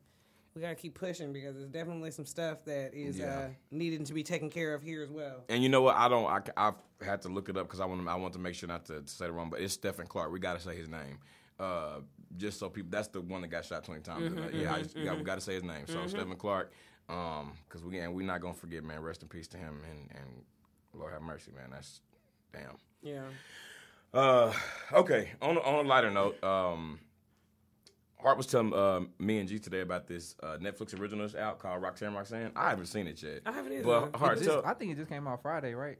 we gotta keep pushing because there's definitely some stuff that is uh, needing to be taken care of here as well. and you know what i don't i, I had to look it up because i want to i want to make sure not to say the wrong but it's stephen clark we gotta say his name uh, just so people, that's the one that got shot twenty times. yeah, I just, yeah, we got to say his name. So Stephen Clark, um, because we and we're not gonna forget, man. Rest in peace to him, and and Lord have mercy, man. That's damn. Yeah, Uh, okay. On on a lighter note, um, Hart was telling uh, me and G today about this uh, Netflix original that's out called Roxanne Roxanne. I haven't seen it yet. I haven't either. But It Hart, just- tell, I think it just came out Friday, right?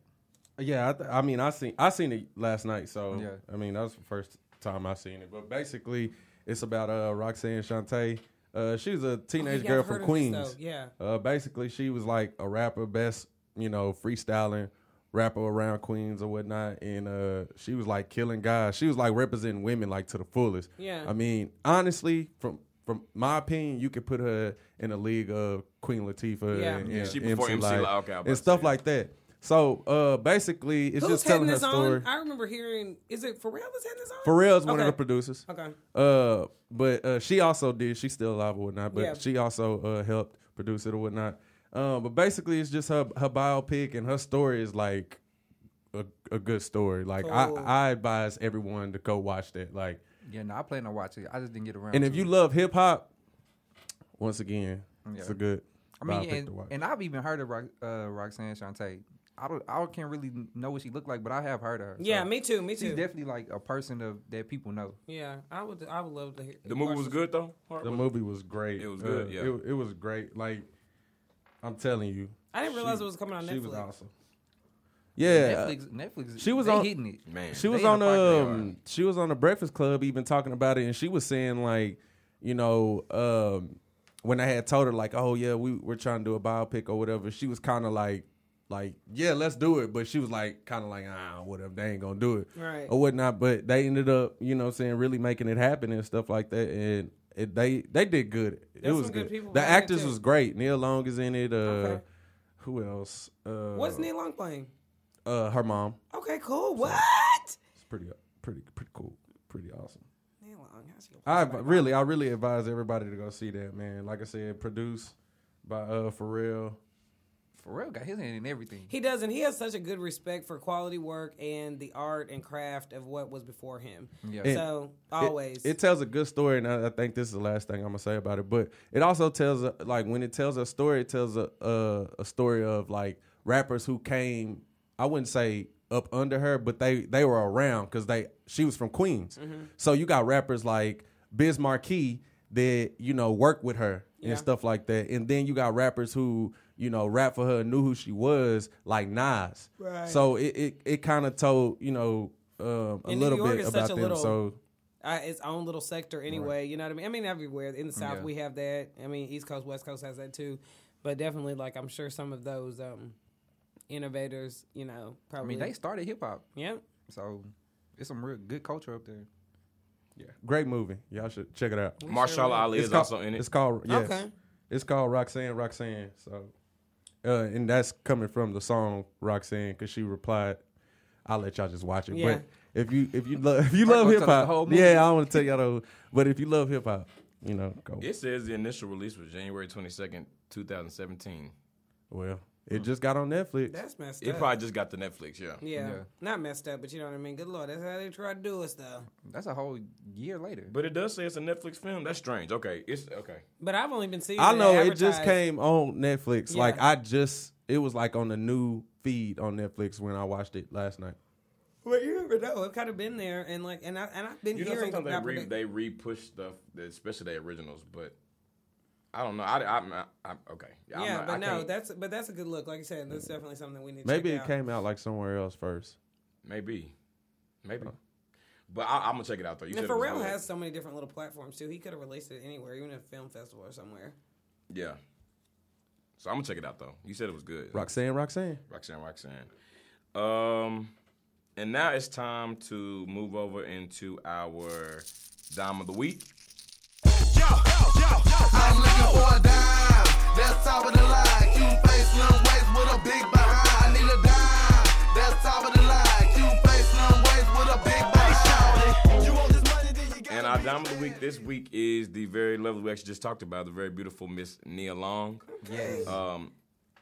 Yeah, I, th- I mean, I seen I seen it last night, so Yeah. I mean that was the first time I seen it. But basically, it's about uh, Roxanne Shante. Uh, she was a teenage yeah, girl I've Oh, heard from of this, Queens. though, yeah. Uh, basically, she was like a rapper, best you know freestyling rapper around Queens or whatnot, and uh, she was like killing guys. She was like representing women like to the fullest. Yeah. I mean, honestly, from from my opinion, you could put her in the league of Queen Latifah Yeah. and, Yeah, and she before MC Lyte Lyte, okay, I was about to and say, stuff yeah. like that. So uh, basically, it's who's just telling heading her this story. on? I remember hearing. Is it Pharrell that's heading this on? Pharrell's one Okay. of the producers. Okay. Uh, but uh, she also did. She's still alive or whatnot. But Yeah. she also uh, helped produce it or whatnot. Um, but basically, it's just her her biopic and her story is like a, a good story. Like Cool. I, I advise everyone to go watch that. Like, Yeah, no, I plan on watching it. I just didn't get around. and to if you it. love hip hop, once again, it's a good. I mean, biopic to watch. and, and I've even heard of Rox, uh, Roxanne Shante. I don't, I can't really know what she looked like, but I have heard of her. Yeah, so me too. Me she's too. definitely like a person of that people know. yeah, I would. I would love to hear. the movie watch was this. good though. Hart? the movie was great. Uh, It was good, yeah. it, it was great. Like I'm telling you, I didn't realize it was coming on she was Netflix. awesome. Yeah, Netflix, Netflix. She was they on- hitting it. Man. She was They in on the pocket, they um she was on the Breakfast Club even talking about it and she was saying like, you know, um when I had told her like, oh yeah, we we're trying to do a biopic or whatever, she was kind of like, like yeah, let's do it, but she was like, kind of like ah whatever, they ain't gonna do it Right. or whatnot. But they ended up, you know, what I'm saying really making it happen and stuff like that, and. It, they they did good. It There's was some good good. people the in it, actors too. was great. Neil Long is in it. Uh, Okay. Who else? Uh, What's Neil Long playing? Uh, her mom. Okay, cool. What? It's pretty pretty pretty cool. Pretty awesome. Neil Long. How's your I really, I really advise everybody to go see that, man. Like I said, produced by uh Pharrell. Pharrell got his hand in everything. He doesn't. He has such a good respect for quality work and the art and craft of what was before him. Yeah. And So It- always. It, tells a good story, and I, I think this is the last thing I'm gonna say about it. But it also tells, a, like, when it tells a story, it tells a, a a story of like rappers who came. I wouldn't say up under her, but they they were around because they she was from Queens. Mm-hmm. So you got rappers like Biz Marquee that you know work with her Yeah. and stuff like that, and then you got rappers who you know rap for her, and knew who she was, like Nas. Right. So it it, it kind of told you know. Um, a And New little York bit is such about a them, little- so uh, its own little sector anyway. You know what I mean? I mean everywhere in the South Yeah. we have that. I mean East Coast, West Coast has that too. But definitely, like I'm sure some of those um, innovators, you know, I probably. mean, they started hip hop, yeah. so it's some real good culture up there. Great movie. Y'all should check it out. Marshall Ali is called, also in It's it. called yes. Okay. It's called Roxanne Roxanne. So, uh, and that's coming from the song Roxanne because she replied, "I'll let y'all just watch it." Yeah. But if you if you love if you We're love gonna hip touch the hop, whole movie. yeah, I want to tell y'all though. But if you love hip hop, you know, go It says the initial release was January twenty second, two thousand seventeen. well. It just got on Netflix. That's messed It up. probably just got the Netflix, yeah. yeah. Yeah. Not messed up, but you know what I mean? Good Lord. That's how they try to do us, though. That's a whole year later. But it does say it's a Netflix film. That's strange. Okay, it's okay. But I've only been seeing I know it just advertised. came on Netflix. Yeah. Like I just it was like on the new feed on Netflix when I watched it last night. Well, you never know. It could have been there, and like, and I and I've been You know, hearing sometimes they about re, produc- they re-push stuff, especially their originals. But I don't know. I, I, I'm, I'm okay. I'm yeah, not- but I no, can't- that's but that's a good look. Like you said, that's definitely something we need. to Maybe check it out. came out like somewhere else first. maybe, maybe. But I, I'm gonna check it out though. You And said it was Pharrell good. has so many different little platforms too. He could have released it anywhere, even at a film festival or somewhere. yeah. So I'm gonna check it out though. You said it was good. Roxanne, Roxanne. Roxanne, Roxanne. Um, and now it's time to move over into our dime of the week. Yo, yo, yo, yo. I'm looking for a dime. That's top of the line. Cute face, slim waist with a big behind. I need a dime. That's top of the line. Cute face, slim waist with a big behind. You want this money, then you got And our dime of the week this week is the very lovely we actually just talked about the very beautiful Miss Nia Long. yes. Um,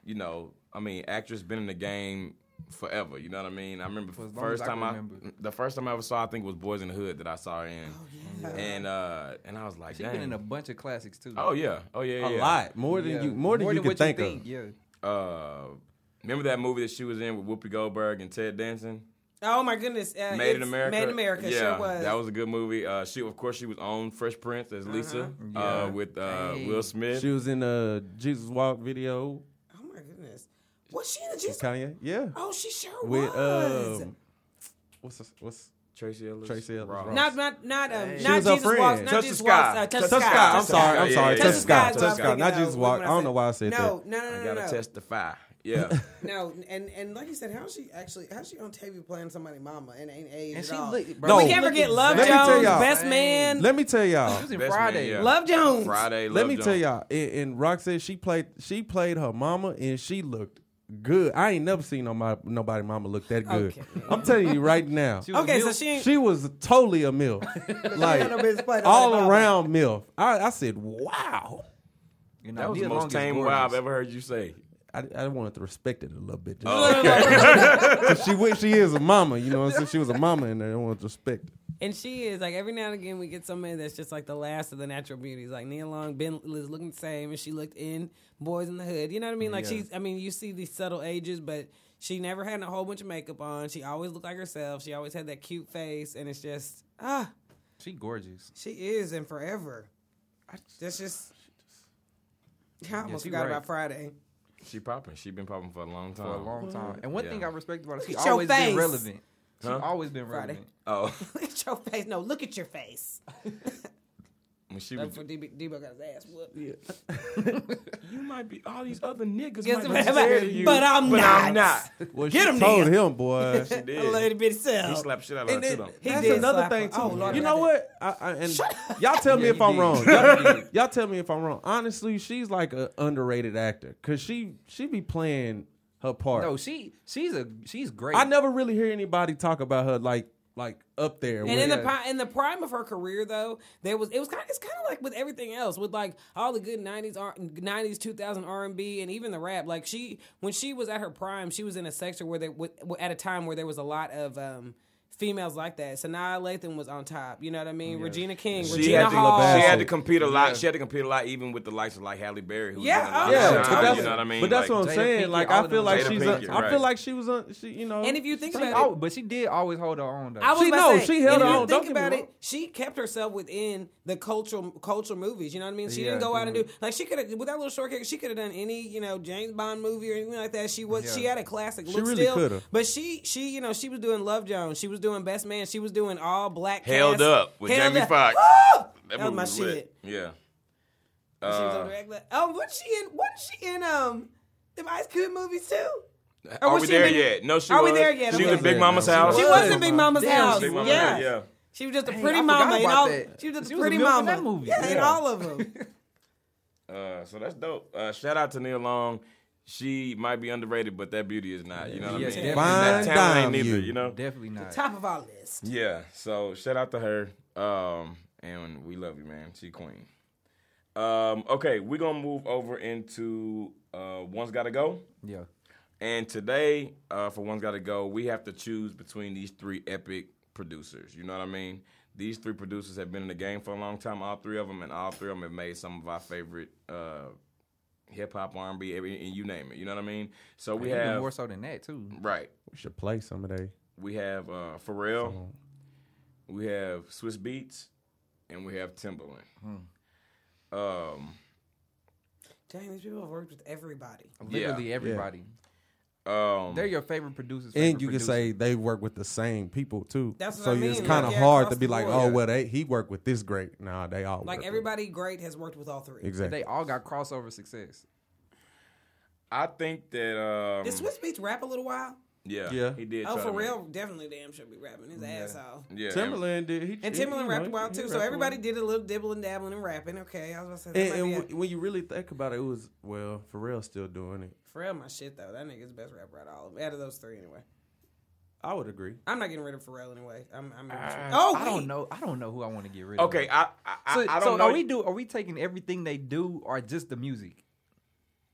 you know, I mean, actress been in the game forever. You know what I mean? I remember as long first as I time I, remember. the first time I ever saw, I think was Boys in the Hood that I saw her in, and uh, and I was like, Oh, She's dang. been in a bunch of classics too. oh yeah, oh yeah, a yeah. lot more than Yeah. you more than you can what think, of. Yeah. Uh, remember that movie that she was in with Whoopi Goldberg and Ted Danson? Oh my goodness! Uh, Made in it's America. Made in America. Yeah, sure was. that was a good movie. Uh, she, of course, she was on Fresh Prince as Lisa Uh-huh. Yeah. uh, with uh, Hey. Will Smith. She was in the Jesus Walk video, Oh my goodness! Was she in the Jesus? Kanye. Yeah, Oh, she sure with was. um, what's this, what's Tracy Ellis. Tracy Ellis Ross. Ross. not not not um, She not was her Jesus friend. walks. Not Touch the Jesus Sky. walks. Uh, touch, Touch the the sky. Sky. I'm Touch the sorry, Sky. I'm Yeah, sorry. yeah, Touch yeah. the sky, Touch the touch the Sky is what I'm sky. Not thinking Jesus of. Walk. What I am I don't know why I said No, no, no, I no, gotta no. testify. Yeah. No, and and like you said, how's she actually? How's she on TV playing somebody's mama and ain't aged And at she all? look. No. we she can't look forget Love Let me tell Jones, y'all. best man. that. Let me tell y'all. She was in Best man, Friday. yeah. Love Jones. Friday. Love Let me Jones. tell y'all. In, in Roxanne, she played she played her mama, and she looked good. I ain't never seen nobody nobody mama look that good. Okay. I'm telling you right now. She was Okay, so milk. she ain't. She was totally a milf, no business playing like nobody all mama. around milf. I, I said, "Wow!" And That was Nia the Long most is tame word gorgeous. I've ever heard you say. I, I wanted to respect it a little bit. Look, look, look, look. Cause she wish she is a mama, you know. what I'm saying? she was a mama, and they don't want to respect. it. And she is like every now and again we get somebody that's just like the last of the natural beauties. Like Nia Long been is looking the same, and she looked in Boys in the Hood. You know what I mean? Like Yeah. she's, I mean, you see these subtle ages, but she never had a whole bunch of makeup on. She always looked like herself. She always had that cute face, and it's just ah, She gorgeous. she is and forever. That's just. I almost she forgot right. about Friday. She popping. She been popping for a long time. for a long time. And Oh. one Yeah. thing I respect about her, she at your always face. been relevant. She Huh? always been Friday. relevant. Oh, Look at your face. No, look at your face. When she was, That's what D- Debo got his ass whooped. you might be all these other niggas Yes, might but- be scared of you, but I'm not. I'm not. Well, Get she him told then. him, boy. She did. I love the bitch He self. slapped shit out of her too. though. He That's did another slap her. thing too. Oh, Lord, you I know did. what? I, I, and y'all tell me Yeah, if you I'm did. wrong. Y'all, y'all tell me if I'm wrong. Honestly, she's like an underrated actor because she she be playing her part. No, she she's a she's great. I never really hear anybody talk about her like like up there. And with- in the pri- in the prime of her career, though, there was it was kind of, it's kind of like with everything else, with like all the good nineties nineties two thousand R and B, and even the rap. Like she, when she was at her prime, she was in a sector where they with, at a time where there was a lot of. um Females like that. Sanaa Lathan was on top. You know what I mean? Regina King, She Regina had, to, Hall. she had Yeah. to compete a lot. She had to compete a lot, even with the likes of like Halle Berry, who Yeah, was in a lot oh, yeah, of yeah. shit, but that's, you know what I mean? but that's Like, what I'm Jada saying. Pinkett, like all I of feel them. like Jada she's. Pinkett, un- I feel right. like she was. Un, she, you know. And if you think she- about it, Oh, but she did always hold her own. Though. I was She- about to no, say, she held and if her you own. Don't Think get me about wrong. it. She kept herself within the cultural cultural movies. You know what I mean? She didn't Yeah, go out and do mhm. like she could have with that little shortcut. She could have done any you know James Bond movie or anything like that. She was she Yeah. had a classic look really still, coulda. but she she you know she was doing Love Jones. She was doing Best Man. She was doing all black. Held cast. up with Held Jamie Up. Foxx. Woo! That That was movie my lit. shit. Yeah. She was Uh, on direct. Li- Oh, was she in? Was she in um them Ice Cube movies too? Uh, Are was Oh, she we there in- yet? No, she Are we was. there yet? She was Okay. in Big Mama's house. She was. was in Big Mama's Damn, house. Big Mama's yeah. house, yeah. She was just a Dang, pretty I forgot mama. In about all, that. she was just She a was a pretty MILF mama. in that movie. Yeah, in Yeah. all of them. Uh, so that's dope. Uh, shout out to Neil Long. She might be underrated, but that beauty is not. You know what Yeah, I mean? definitely And that not. talent ain't Fine dime neither. you. You know. Definitely not. Top of our list. Yeah. So shout out to her. Um, and we love you, man. She queen. Um, okay, we're gonna move over into uh, one's gotta go. Yeah. And today, uh, for One's Gotta Go, we have to choose between these three epic producers. You know what I mean? These three producers have been in the game for a long time, all three of them, and all three of them have made some of our favorite uh, hip hop, R&B, every, and you name it. You know what I mean? So we Even have more so than that too. right. we should play some of they. We have uh, Pharrell, we have Swiss Beats, and we have Timbaland. Um, Dang, these people have worked with everybody. Literally everybody. um, They're your favorite producers. And favorite you can producer. say they work with the same people too. That's what so I it's mean, kind of like, yeah, hard across to be the like, board. oh Yeah. well, they he worked with this great. Nah, they all work Like with- everybody great has worked with all three. Exactly. they all got crossover success. I think that um, Did Swiss Beats rap a little while? yeah, Yeah. he did. Oh, try to make- Pharrell definitely damn should be rapping his ass off. yeah, and- Timberland did. He, And he- Timbaland you rapped know, a while he too, rapped so a everybody while. did a little dibbling, dabbling, and rapping. Okay, I was about to say And, that and might be w- when you really think about it, it was well, Pharrell's still doing it. a, Pharrell my shit though. That nigga's the best rapper out of all of out of those three anyway. I would agree. I'm not getting rid of Pharrell anyway. I'm. I'm oh, Oh, wait. I don't know. I don't know who I want to get rid of. Uh, Okay, I I, I, So, I don't so know. are we do? Are we taking everything they do, or just the music?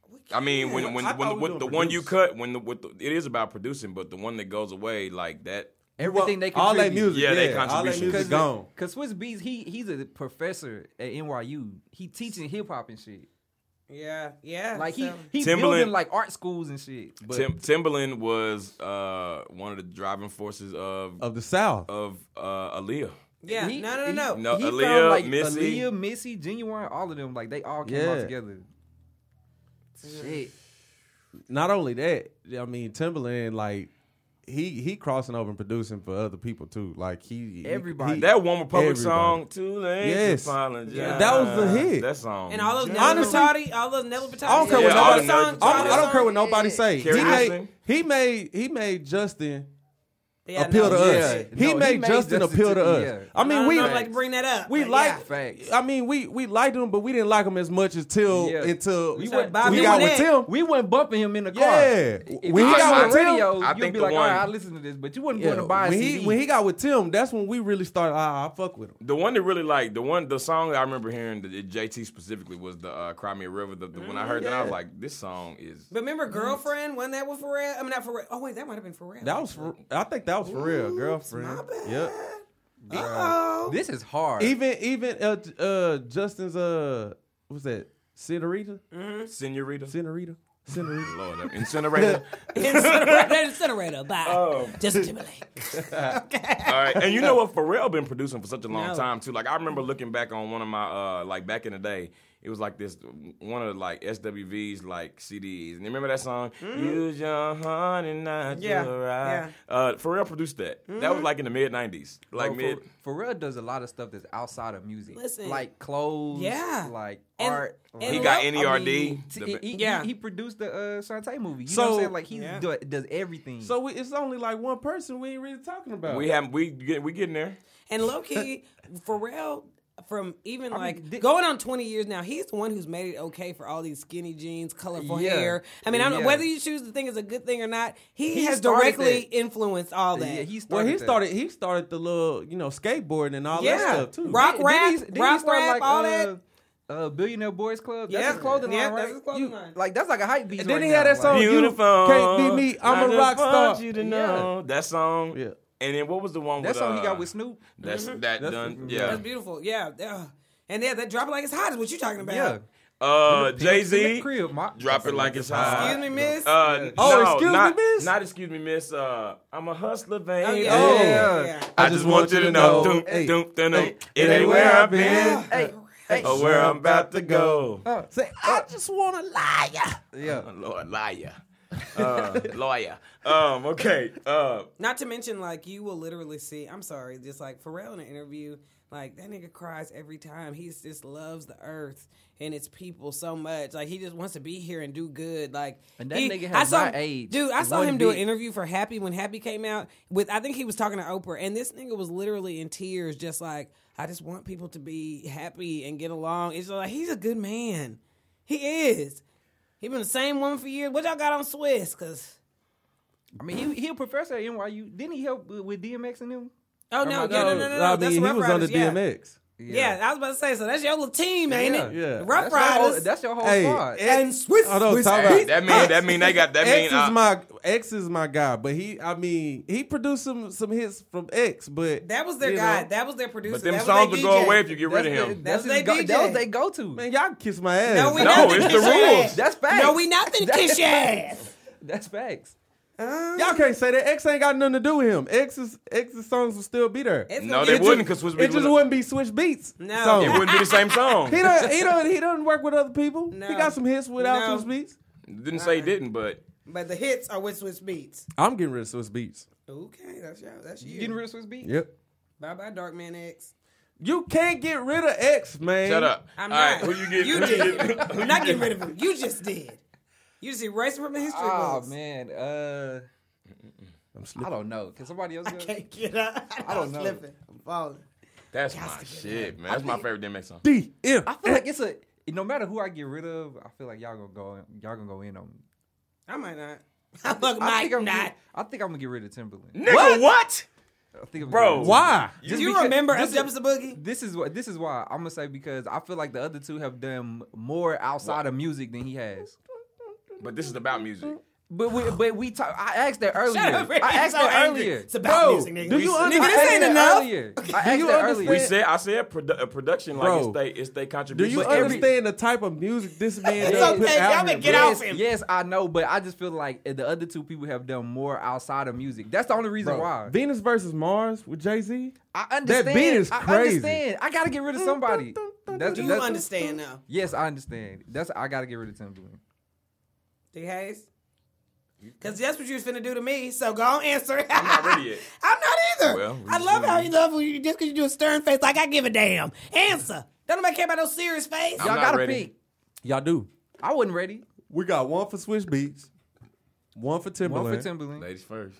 We I mean, when can't. when I when, thought the- we when were the doing one you produce. cut, when the, with the it is about producing, but the one that goes away like that. Everything they Well, contribute. all that music, Yeah, yeah, they all that contribution. music gone. Cause Swiss Beats, he he's a professor at NYU. He teaching hip hop and shit. Yeah, yeah. Like he so- he Timbaland- building like art schools and shit. But Tim, Timbaland was uh, one of the driving forces of Of the South, of uh, Aaliyah. yeah. he- no, no, he- no, no. No, he found, Aaliyah, like, Missy. Aaliyah, Missy, Genuine, all of them. Like they all came out Yeah. together. Shit. not only that, I mean Timberland, like he he crossing over and producing for other people too. Like he he- Everybody. he- That one Republic Everybody. song, too late Yes. to apologize. Yeah, that was the hit. That song, And all those Nelly Honestly- Furtado, all those Nelly Furtado. I don't care Yeah, what all nobody. the I songs, don't, all the I don't care what songs. nobody say. He Carrie made, Underwood. he made he made Justin Yeah, appeal no, to yeah. us. yeah. He, No, he made made Justin, Justin appeal to to- us. yeah. I I mean, don't we know, like to bring that up. we But yeah. like. Facts. I mean, we we liked him, but we didn't like him as much until Yeah. until We we, went- Bobby got with Winnet. Tim. We wasn't bumping him in the car. Yeah. If When he he got got on with the Tim, radio, I you'd think be the like, all one- right, I listen to this, but you wasn't Yeah. going to buy a when CD. he when he got with Tim, that's when we really started. Ah, I fuck with him. the one that really like the one the song that I remember hearing the JT specifically was the uh, "Cry Me a River." The, the, when I heard that, I Mm, was like, "This song is." But Mm. remember, girlfriend wasn't that with Pharrell? I mean, not Pharrell. Oh wait, that might have been Pharrell. That was for, I think that was for real, girlfriend. my bad. Yep. Oh, this is hard. Even even uh, uh Justin's uh what's that? Senorita? Mm. Senorita. Senorita? Senorita. Lord, that- incinerator. incinerator, incinerator. Bye. Justin Timberlake. All right, and you know what? Pharrell been producing for such a long No. time too. Like I remember looking back on one of my uh like back in the day, It was like this one of the like SWV's like CDs. And you remember that song? Mm-hmm. Use your heart and not Yeah, your eye. yeah. Uh, Pharrell produced that. That Mm-hmm. was like in the mid '90s, like Like Oh, mid. Pharrell does a lot of stuff that's outside of music, Listen. like clothes, Yeah. like And- art. and He like- got I E NERD. mean, T- the- he, he- Yeah. he produced the uh, Shantae movie. You So- know what I'm saying? Like he Yeah. do, does everything. So we, it's only like one person we ain't really talking about. we have we get, we getting there. And low key, Pharrell, from even like thi- going on 20 years now, he's the one who's made it okay for all these skinny jeans, colorful Yeah. hair. I mean, I don't, Yeah. whether you choose the thing is a good thing or not, he, He has started directly that. influenced all that. yeah, he started. well, he that. started. He started the little, you know, skateboarding and all Yeah. that stuff too. Rock Did- did rap, he- did he rock start, rap, like, all uh, that. Uh, Billionaire Boys Club. Yeah. That's his clothing Yeah, line, that's right? his clothing You- line. Like that's like a hype beat. And then right he had now, that song, like- Oh, You Beautiful. can't beat me, I'm I a just rock star. want you to know that song. Yeah. And then what was the one? That with, song he uh, got with Snoop. That's Mm-hmm. that done. Yeah. That's beautiful. Yeah. yeah. And yeah, that drop it like it's hot is what you're talking about. Yeah. Uh, Pimp Jay in Z. the crib, my- Drop it like it's hot. Excuse me, miss. Uh, Oh, no, excuse me, not, miss? Not excuse me, miss. Uh, I'm a hustler, baby. Oh, yeah. Oh. yeah, yeah. I just want you to know, doom, hey, doom, doom, doom. hey, it hey, ain't where I've yeah. been Hey, Oh. hey. or where I'm about to go. Uh, Say, I just want to lie. yeah. Lord, liar, uh, lawyer. Um, okay. Uh, Not to mention, like you will literally see. I'm sorry, just like Pharrell in an interview, like that nigga cries every time. He's just loves the earth and its people so much. Like he just wants to be here and do good. Like And that he- nigga has I saw, not aged dude. I saw one him do an bit. interview for Happy when Happy came out with. I think he was talking to Oprah, and this nigga was literally in tears, just like I just want people to be happy and get along. It's like he's a good man. He is. He been the same woman for years. What y'all got on Swiss? Cause. I mean, he he a professor at NYU. Didn't he help with, with DMX and them? Oh no! yeah, no, no, no, no! I that's mean, he Rough was Riders, under yeah. DMX. Yeah. I was about to say. So that's your little team, ain't it? Yeah. Yeah. The Rough That's your whole- Riders. That's your whole Hey, squad. X- Oh, and Swiss. I don't Swiss talk beats. about that mean that mean they got that mean X uh, is my X is my guy, but he, I mean, he produced some some hits from X, but That was their you guy. know. That was their producer. but them that was songs their will go DJ. away if you get rid of That's him. the- That's That's his their go- DJ. that was they go to. man, y'all can kiss my ass. No, we No, not it's finna the kiss your rules. ass. That's facts. No, we not finna kiss your ass. That's facts. y'all can't say that. X ain't got nothing to do with him. X's X's songs will still be there. It's No, gonna they be- It wouldn't, just- 'cause Switch it Beats just was- wouldn't be Switch Beats. No. songs. It wouldn't be the same song. He don't, he don't, he don't work with other people. No. He got some hits without No. Swiss Beats. Didn't say he didn't, but But the hits are with Swiss Beats. I'm getting rid of Swiss Beats. Okay, that's your. That's you. You getting rid of Swiss Beat? Yep. Bye bye, Dark Man X. You can't get rid of X, man. shut up. I'm All right, not. who you get? You who did. get- who I'm you not get- getting rid of him. You just did. You just erased him from the history Oh books. man, uh, I'm I slipping. don't know. Can somebody else? I go? can't get up. I don't know. Slipping. I'm falling. That's my shit, man. That's my favorite DMX song. D M. I feel like it's a. No matter who I get rid of, I feel like y'all gonna go. Y'all gonna go in on me. I might not. I fuck I might think I'm not. Get, I think I'm gonna get rid of Timberland. Nigga, what? I think I'm Bro, Oh. Why? Do you remember Up Jumps the Boogie? This is what this is why I'm gonna say because I feel like the other two have done more outside of music than he has. But this is about music. But we, but we talk, I asked that earlier. up, Rick. I asked You're so that angry. earlier. It's about Bro, music, nigga. do you nigga, understand- this ain't I asked enough. that earlier. I asked you that understand- earlier. We said I said produ- uh, production like Bro, it's they it's they Do contribution. you But every- understand the type of music this man It's does okay, put y'all out? been here, get bro? off him. Yes, I know, but I just feel like the other two people have done more outside of music. That's the only reason Bro, why. Venus versus Mars with Jay Z. I understand. beat is I crazy. understand. I gotta get rid of somebody. That's, Do you that's- understand now? Yes, I understand. That's I gotta get rid of Timberland. D Hayes? Because that's what you was finna do to me, so go on answer. I'm not ready yet. I'm not either. Well, we I love should. how you love when you just because you do a stern face like I give a damn. Answer. Don't nobody care about no serious face. I'm Y'all not gotta ready. pick. Y'all do. I wasn't ready. We got one for Swiss Beats, one for One Timberland. for Timberland. Ladies first.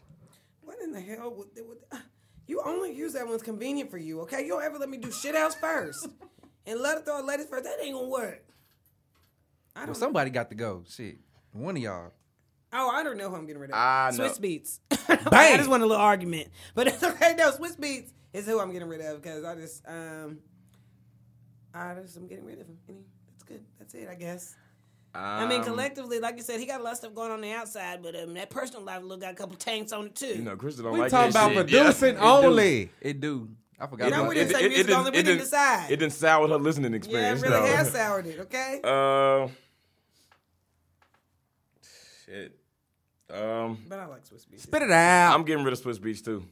What in the hell? Would, would, you only use that when it's convenient for you, okay? You don't ever let me do shit else first. and let it throw a ladies first. That ain't gonna work. I Well, don't somebody got to go. Shit. One of y'all. Oh, I don't know who I'm getting rid of. I know. Swiss Beats. I just want a little argument, but it's okay. No, Swiss Beats is who I'm getting rid of because I just, um, I just am getting rid of him. And he- That's good. That's it, I guess. I mean, Um, collectively, like you said, he got a lot of stuff going on the outside, but um, that personal life look got a couple tanks on it too. You know, Chris don't We like talking that about shit. Yeah. producing It do. only. It do. I forgot. No, about we didn't that. say music only, we it didn't decide. It didn't sour her listening yeah, it experience. really though. has soured it. Okay, Uh, shit. Um, but I like Swiss Beats. Um, Spit it out. I'm getting rid of Swiss Beats too.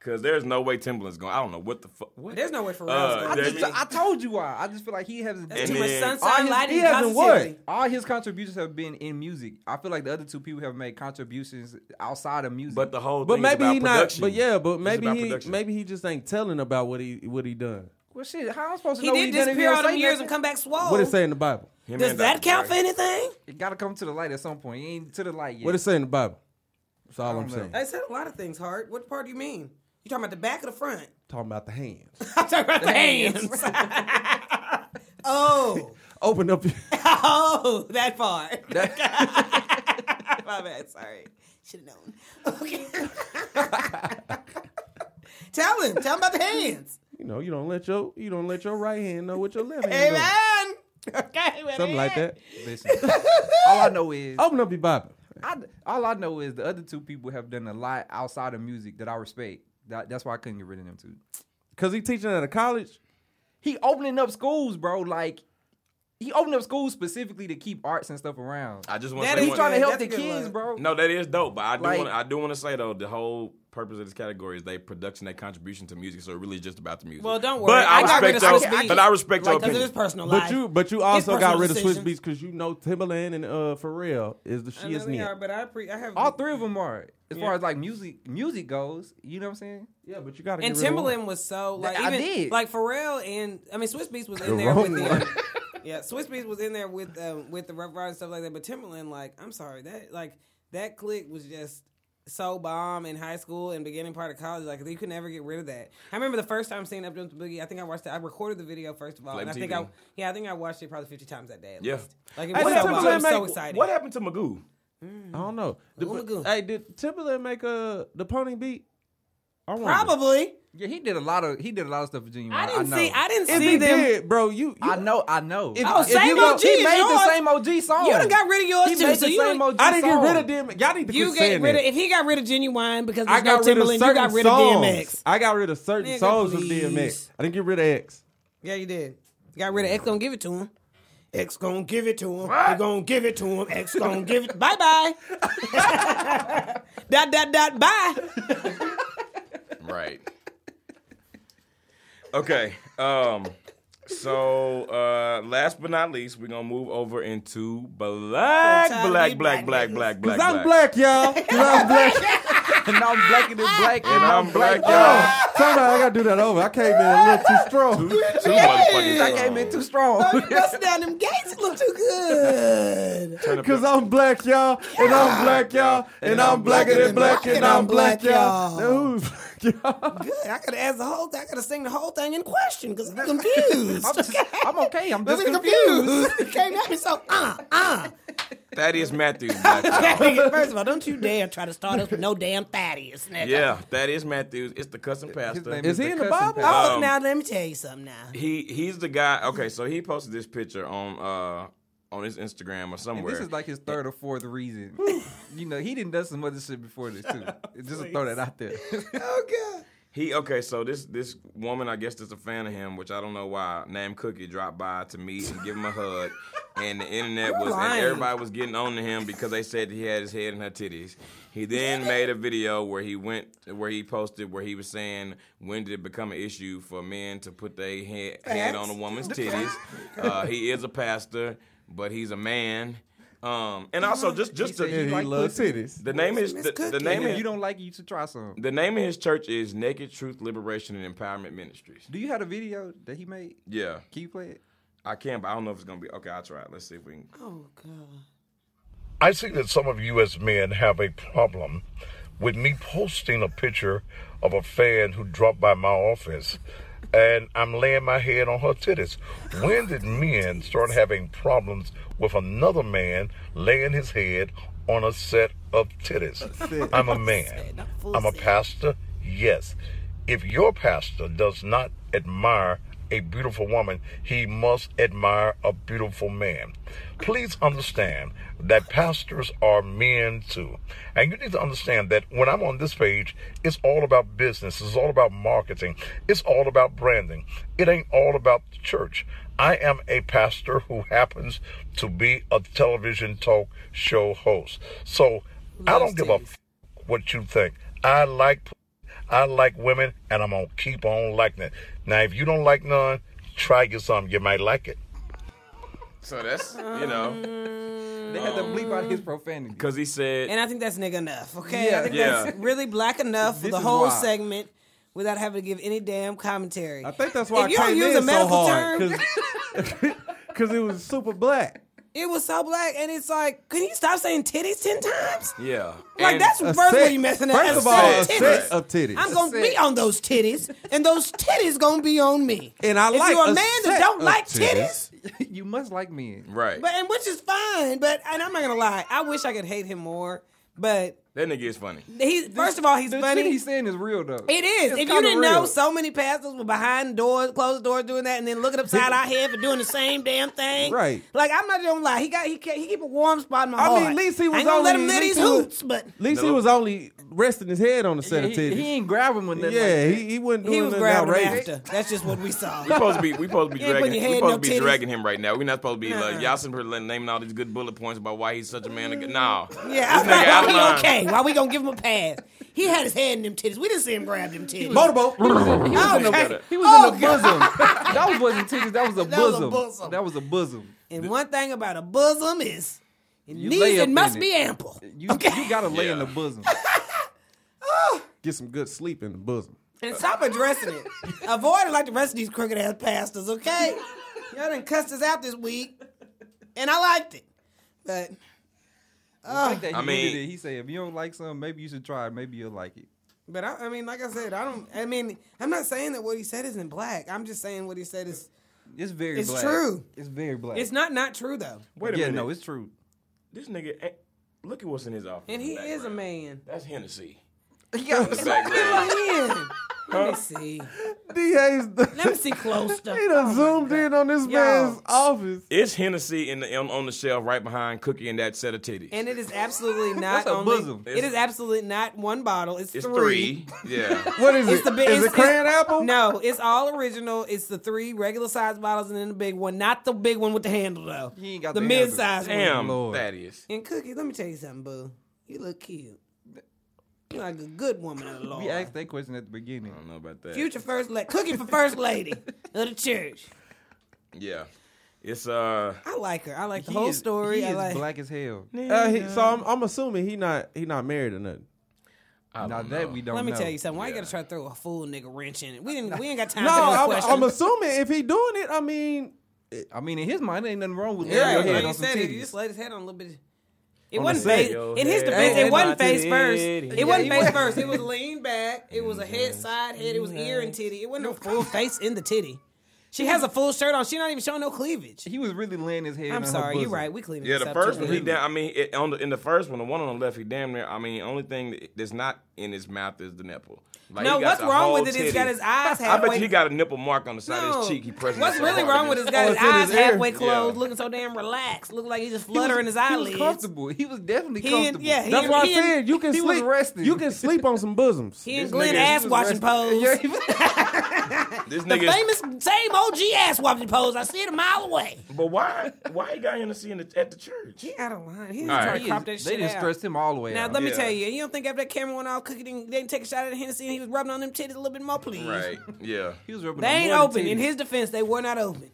Cause there's no way Timberland's going. I don't know what the fuck. What? There's no way for Uh, Ralph's I, going. there- to just, be. mean- I told you why. I just feel like he hasn't. That's and too much then- all sunshine, his, lighting, he hasn't positivity. what? All his contributions have been in music. I feel like the other two people have made contributions outside of music. But the whole But thing maybe is about he not. production. But yeah, but It's maybe about he production. maybe he just ain't telling about what he what he done. well, shit, how am I supposed to He know what did done if disappear don't all say them years nothing? and come back swole. What it say in the Bible? Him Does and that Dr. count for Dre. anything? It gotta come to the light at some point. It ain't to the light yet. What it say in the Bible? That's all don't I'm know. saying. I said a lot of things, Hart. What part do you mean? You talking about the back or the front? Talking about the hands. I'm talking about the hands. oh, Open up. your- oh, that part. My bad. Sorry. Should have known. Okay. tell him. Tell him about the hands. You know, you don't let your you don't let your right hand know what your left hand Amen. doing. Okay. well, Something like that. Listen, all I know is Open up your Bible. I, all I know is the other two people have done a lot outside of music that I respect. That, that's why I couldn't get rid of them two. Cause he teaching at a college. He opening up schools, bro. Like he opened up schools specifically to keep arts and stuff around. I just want That to is say He's one- trying to help That's the a good kids, one. bro. No, that is dope. But I do Like- want I do want to say though, the whole purpose of this category is they production, they contribution to music. So it really is just about the music. Well, don't worry. But I, I got rid respect of your, Swiss Beats. but I respect your Because it is opinion. personal life. But you but you His also got personal rid of Swiss decisions. Beats because you know Timberland and uh Pharrell is the I she know is they neat. are, but I, pre- I have All three of them are. As Yeah. far as like music, music goes, you know what I'm saying? Yeah, but you gotta And get rid of one. Timberland was so like I even did. like Pharrell and I mean Swiss Beats was in The there with wrong them. one. yeah, Swiss Beats was in there with um, with the Rough Riders and stuff like that. But Timberland, like I'm sorry that like that click was just so bomb in high school and beginning part of college. Like you could never get rid of that. I remember the first time seeing Up Jumps the Boogie. I think I watched it. I recorded the video first of all, Flame and I think TV. I yeah I think I watched it probably 50 times that day. At Yeah. least. like it Hey, was did so, bomb. I was Timberland so make- excited. What happened to Magoo? I don't know. The- Ooh, good. hey, did Timberland make uh the pony beat? I wonder. Probably. Yeah, he did a lot of he did a lot of stuff for Genuine. I didn't know. see. I didn't If see he them. did, bro, you, you I know. I know. If, Oh, same go- OG He is made yours. the same OG song. You done got rid of yours He too, made so the you same done- OG I didn't song. get rid of them. Y'all need to You get quit saying rid of that. if he got rid of Genuine because I there's got no rid of Timberland, you certain got rid songs. of DMX. I got rid of certain Nigga, songs please. from DMX. I didn't get rid of X. Yeah, you did. You got rid of X. Gonna give it to him. X gonna give it to him. They gonna give it to him. X gonna give it. Bye bye. dot dot dot. Bye. Right. okay. Um. So uh, last but not least, we're gonna move over into black, Full-time black, lead black, black black, black, black, Cause I'm black, y'all. Cause I'm black. and I'm black and it's black and I'm black, y'all. Oh, sometimes I gotta do that over. I came in a little too strong. Two motherfuckers. I came in too strong. Busting down them gates look too good. Turn up Cause your- I'm black, y'all, and I'm black, y'all, and I'm blacker than black, and I'm black, y'all. Now who's black, y'all? Good. I could ask the whole. thing. I could have sing the whole thing in question because I'm confused. I'm, just, I'm okay. I'm just I'm confused. confused. It came at me so uh uh. Thaddeus Matthews black. y'all. First of all, don't you dare try to start us with no damn Thaddeus. Nigga. yeah, Thaddeus Matthews. It's the cussing pastor. name is- Is he in the Cussing Bible? past. Oh, Um, now let me tell you something. Now he he's the guy. Okay, so he posted this picture on uh on his Instagram or And somewhere. this is like his third or fourth reason. you know, he didn't done some other shit before this too. Just to throw that out there. Oh, He okay, so this this woman, I guess, that's a fan of him, which I don't know why. Named Cookie dropped by to meet and give him a hug, and the internet was lying. and everybody was getting on to him because they said he had his head in her titties. He then made a video where he went where he posted where he was saying when did it become an issue for men to put their head, head on a woman's titties. Uh, he is a pastor, but he's a man. Um, and also just just said to, he Yeah, he like loves cities. the name is Miss the, the Cookie. name And if is you don't like it, you should try some. the name of his church is Naked Truth Liberation and Empowerment Ministries. Do you have a video that he made? Yeah, Can you play it? I can, but I don't know if it's gonna be okay. I'll try it. Let's see if we can. Oh god. I see that some of you as men have a problem with me posting a picture of a fan who dropped by my office and I'm laying my head on her titties. When did men start having problems with another man laying his head on a set of titties? I'm a man. I'm a pastor. Yes. If your pastor does not admire a beautiful woman, he must admire a beautiful man. Please understand that pastors are men too. And you need to understand that when I'm on this page, it's all about business, it's all about marketing, it's all about branding. It ain't all about the church. I am a pastor who happens to be a television talk show host. So I don't give a f- what you think. I like. I like women, and I'm gonna keep on liking it. Now, if you don't like none, try get some. You might like it. So that's you know They had to bleep out Mm. his profanity. because he said Um, And I think that's nigga enough, okay? I Yeah. think Yeah. that's really black enough for This the is whole why. segment without having to give any damn commentary. I think that's why If you I don't came use in a medical so term- hard because it was super black. It was so black, and it's like, can you stop saying titties ten times? yeah. Like And- that's a first set- where you messing up. first A of set all, a titties. set of titties. I'm gonna A be set. on those titties, and those titties gonna be on me. And I if like you're a man that set don't of like titties, you must like men. right. but and which is fine. But and I'm not gonna lie, I wish I could hate him more. But that nigga is funny. he, first of all, he's The funny. shit he's saying is real though. It is. It's if you kinda didn't know, real. so many pastors were behind doors, closed doors, doing that, and then looking upside our head for doing the same damn thing. Right. Like I'm not gonna lie, he got he ca- he keep a warm spot in my I heart. mean, at least he I was ain't gonna let only- him at live least these he was- hoots, but At least he No. was only resting his head on a set Yeah, of he, titties. he ain't grabbing one. nothing yeah, like he, he wasn't doing he was nothing grabbing outrageous. after. That's just what we saw. We supposed to be we supposed to be You ain't putting your dragging we head supposed in to no be titties. dragging him right now. We're not supposed to be Nuh-uh. like y'all some pretty naming all these good bullet points about why he's such a man. Of, nah, Yeah, I'm This nigga like, out why of line. he okay? Why we gonna give him a pass? He had his hand in them titties. We didn't see him grab them titties. Motorboat. that. He was, in, Okay. the, he was Oh, in the bosom. that was wasn't titties. That was a That was a bosom. bosom. That was a bosom. And one thing about a bosom is it You needs lay it up must in be it. ample. You, okay. Uh, you gotta lay in Yeah. the bosom. Get some good sleep in the bosom. And stop addressing it. Avoid it like the rest of these crooked ass pastors, okay? Y'all done cussed us out this week, and I liked it. But I think that he I did mean- it. He said, if you don't like something, maybe you should try it. Maybe you'll like it. but I, I mean, like I said, I don't. I mean, I'm not saying that what he said isn't black. I'm just saying what he said is. It's very It's black. true. It's very black. It's not not true though, Wait a yeah, minute. no, it's true. this nigga. ain't- Look at what's in his office. and in the he is a background. man. That's Hennessy. Yeah. In the background. Man. Let me see. DA's. Let me see Oh, close stuff. He done zoomed in on this man's Y'all. office. It's Hennessy in the on, on the shelf right behind Cookie and that set of titties. And it is absolutely not That's a only. bosom. It is absolutely not one bottle. It's, it's three. three. Yeah. What is It's it? the big. is it crayon apple? No, it's all original. It's the three regular size bottles and then the big one. Not the big one with the handle though. He ain't got the the mid size one. Damn, Lord. Thaddeus. And Cookie, let me tell you something, boo. You look cute. You like a good woman of the Lord. We asked that question at the beginning. Um, I don't know about that. Future first lady, Cookie for first lady of the church. Yeah. It's uh. I like her. I like the He whole is- story. He I is like. black as hell. Uh, he, so I'm, I'm assuming he not he not married or nothing. I Now don't that know. we don't Let me know. tell you something. Why you gotta try to throw a fool nigga wrench in it? We didn't. We ain't got time No, for that I'm, question. I'm assuming if he doing it, I mean, I mean, in his mind, ain't nothing wrong with Yeah, laying yeah, your like head you on some said, it. You just titties. laid his head on a little bit. It On the wasn't set. face. In his defense, head it wasn't on face titty. first. Yeah, It wasn't you face right. first. It was lean back. It was a head, side head. It was ear and titty. It wasn't no full face in the titty. She has a full shirt on. She not even showing no cleavage. He was really laying his head. I'm on sorry. Her You're bosom. right. We cleaving. Yeah, this the up first too. one he down. I mean, it, on the, in the first one, the one on the left, he damn near. I mean, only thing that's not in his mouth is the nipple. Like, No, he got what's the wrong whole with it? It's titty. got his eyes I bet halfway- you he got a nipple mark on the side of No. his cheek. He pressing. What's so really hard wrong with this against- guy? Oh, His it's in eyes his ear. halfway closed, Yeah. looking so damn relaxed. Look like he's just He was- fluttering his he was eyelids. comfortable. He was definitely He and- comfortable. yeah, he that's and- why he I and- said you can he was sleep. resting. You can sleep on some bosoms. He and This Glenn nigga- ass watching pose. Yeah, he was- This The nigga. famous same OG ass watching pose. I see it a mile away. But why? Why he got Hennessy in the, at the church? He out of line. He just All trying right. to crop that they shit just out. stressed him all the way Now out. let me Yeah. tell you, you don't think after that camera went off, Cookie didn't, didn't take a shot at Hennessy and he was rubbing on them titties a little bit more, please. Right. Yeah. he was rubbing They on ain't more open. titties. In his defense, they were not open.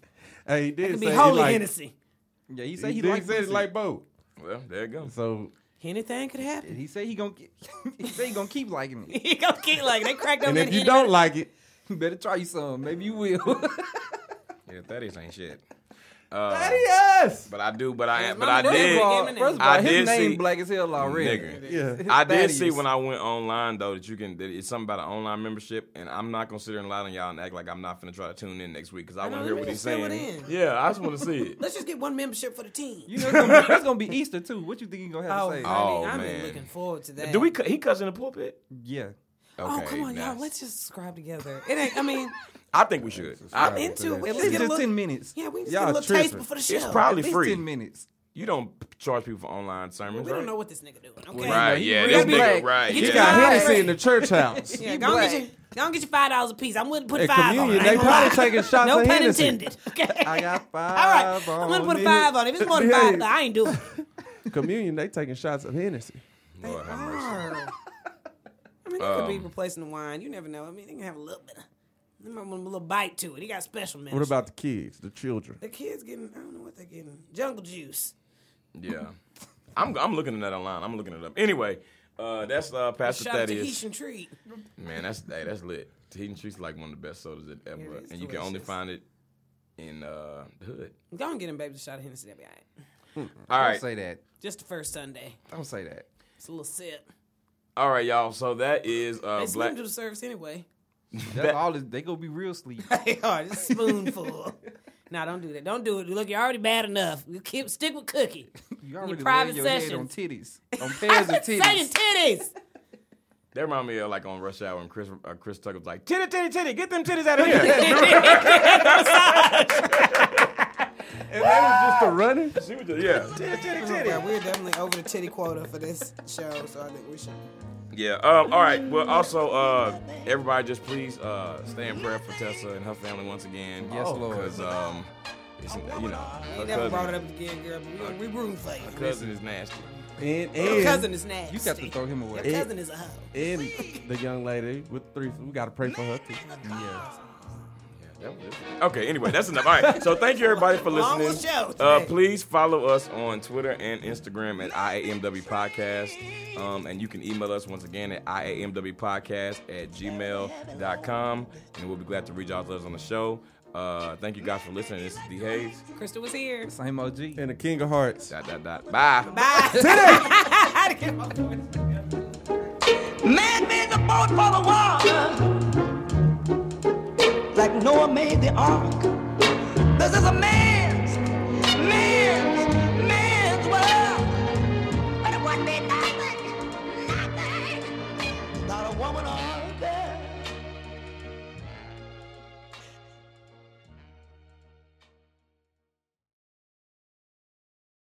Hey, he did It'd say be he holy like- Hennessy. Yeah, he He, said he, did liked said he pussy. like both. Well, there you go. So Anything could happen. He said he gonna ke- he said he gonna keep liking it. He gonna keep like they cracked open. and if you any- don't like it, You better try you some. Maybe you will. Yeah, Thaddeus ain't shit. Uh, yes. But I do. But I. His But I mama did did. raw First of all, first of all, I did his name see- black as hell already. Nigga. Yeah. I did Thaddeus. see when I went online though that you can that it's something about an online membership, and I'm not considering lying on y'all and act like I'm not gonna try to tune in next week because I want know, to hear let what me he's fill it in. saying. Yeah, I just want to see it. Let's just get one membership for the team. You know it's gonna, be, it's gonna be Easter too. What you think he gonna have oh, to say? honey, Oh, I've been man. looking forward to that. Do we? cu- He cuts in the pulpit. Yeah. Oh come on, nice. y'all. Let's just subscribe together. It ain't. I mean, I think we should. I'm I, into it. At Let's get least a just little, ten minutes. Yeah, we just Y'all get a little taste tripping. before the show. it's At probably least free. ten minutes. You don't charge people for online sermons, we don't right? know what this nigga doing. Okay. Right? he Yeah, this really nigga. black. Right? He You just got Yeah. high. Hennessy in the church house. Yeah, go and get black. your go and get your five dollars a piece. I'm willing to put At five communion, on. it. I they ain't gonna probably lie. taking shots no at pun Hennessy. intended. Okay. I got five. All right, I'm gonna put a on five it. on it. If it's more than five, Yeah. I ain't doing it. Communion, they taking shots of Hennessy. Lord have mercy. I mean, it Um. could be replacing the wine. You never know. I mean, they can have a little bit, of, they might want a little bite to it. He got special mention. What about the kids, the children? the kids getting? I don't know what they're getting. Jungle juice. Yeah. I'm I'm looking at that online. I'm looking it up. Anyway, uh, that's uh, Pastor Shot of Thaddeus. Tahitian treat. Man, that's hey, that's lit. Tahitian Treat's like one of the best sodas that ever, it is and you can only delicious. find it in uh, the hood. Go and get him, baby. A shot of Hennessy. That'll be all right. All Don't right, say that. Just the first Sunday. Don't say that. It's a little sip. all right, y'all. So that is uh, They slim black. to the service anyway. That's all. This, they gonna be real sleep. They are just spoonful. nah, don't do that. Don't do it. Look, you're already bad enough. You Keep stick with cookie. You already private laying your head on titties, on pairs of Private session titties. titties. That remind me of like on Rush Hour when Chris uh, Chris Tucker was like, "Titty, titty, titty, get them titties out of here." Just the running. She was just- yeah, titty, titty, titty. Yeah, we're definitely over the titty quota for this show, so I think we should. Yeah. Um, all right. Well, also, uh, everybody, just please uh, stay in prayer for Tessa and her family once again. Yes, Lord. Because um, it's, you know, her Ain't never brought it cousin, up again, girl. But we, we rooting for you. cousin is nasty. And Your and, cousin is nasty. You got to throw him away. Your cousin is a hoe. and the young lady with the threesome. We gotta pray for her too. Yes. Okay, anyway, that's enough. All right. So thank you everybody for Long listening. show today. Uh, please follow us on Twitter and Instagram at IAMW Podcast. Um, and you can email us once again at IAMWpodcast at gmail.com. And we'll be glad to read y'all's letters on the show. Uh, thank you guys for listening. This is D. Hayes. Crystal was here. Same OG. And the King of Hearts. Dot, dot, dot. Bye. Man made the boat for the water, like Noah made the ark.